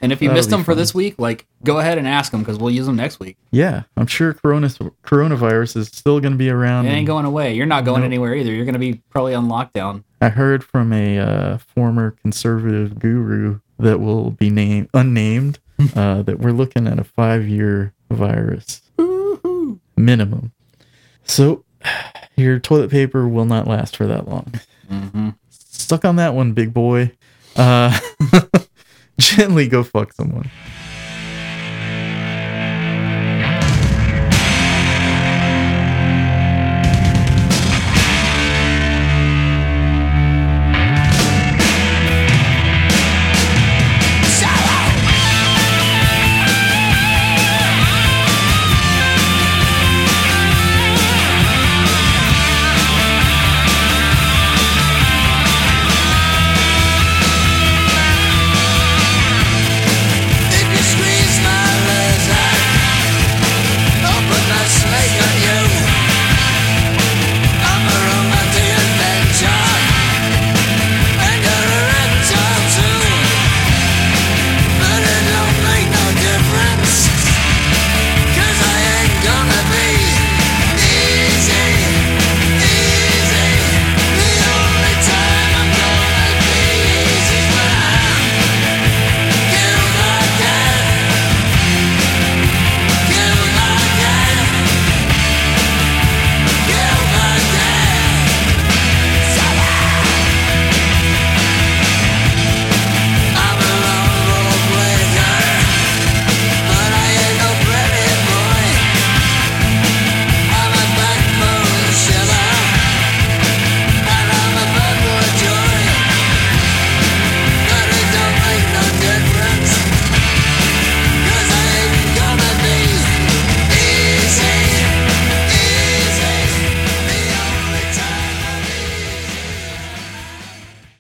[SPEAKER 2] And if you
[SPEAKER 1] That'll
[SPEAKER 2] missed
[SPEAKER 1] be
[SPEAKER 2] them for
[SPEAKER 1] fun.
[SPEAKER 2] this week, like go ahead and ask them because we'll use them next week.
[SPEAKER 1] Yeah, I'm sure corona, coronavirus is still going to be around.
[SPEAKER 2] It ain't going away. You're not going
[SPEAKER 1] Nope.
[SPEAKER 2] anywhere either. You're going to be probably on lockdown.
[SPEAKER 1] I heard from a uh, former conservative guru that will be named
[SPEAKER 2] *laughs*
[SPEAKER 1] unnamed uh, that we're looking at a five-year virus minimum. So your toilet paper will not last for that long.
[SPEAKER 2] hmm
[SPEAKER 1] *laughs* Stuck on that one, big boy. Uh, gently go fuck someone.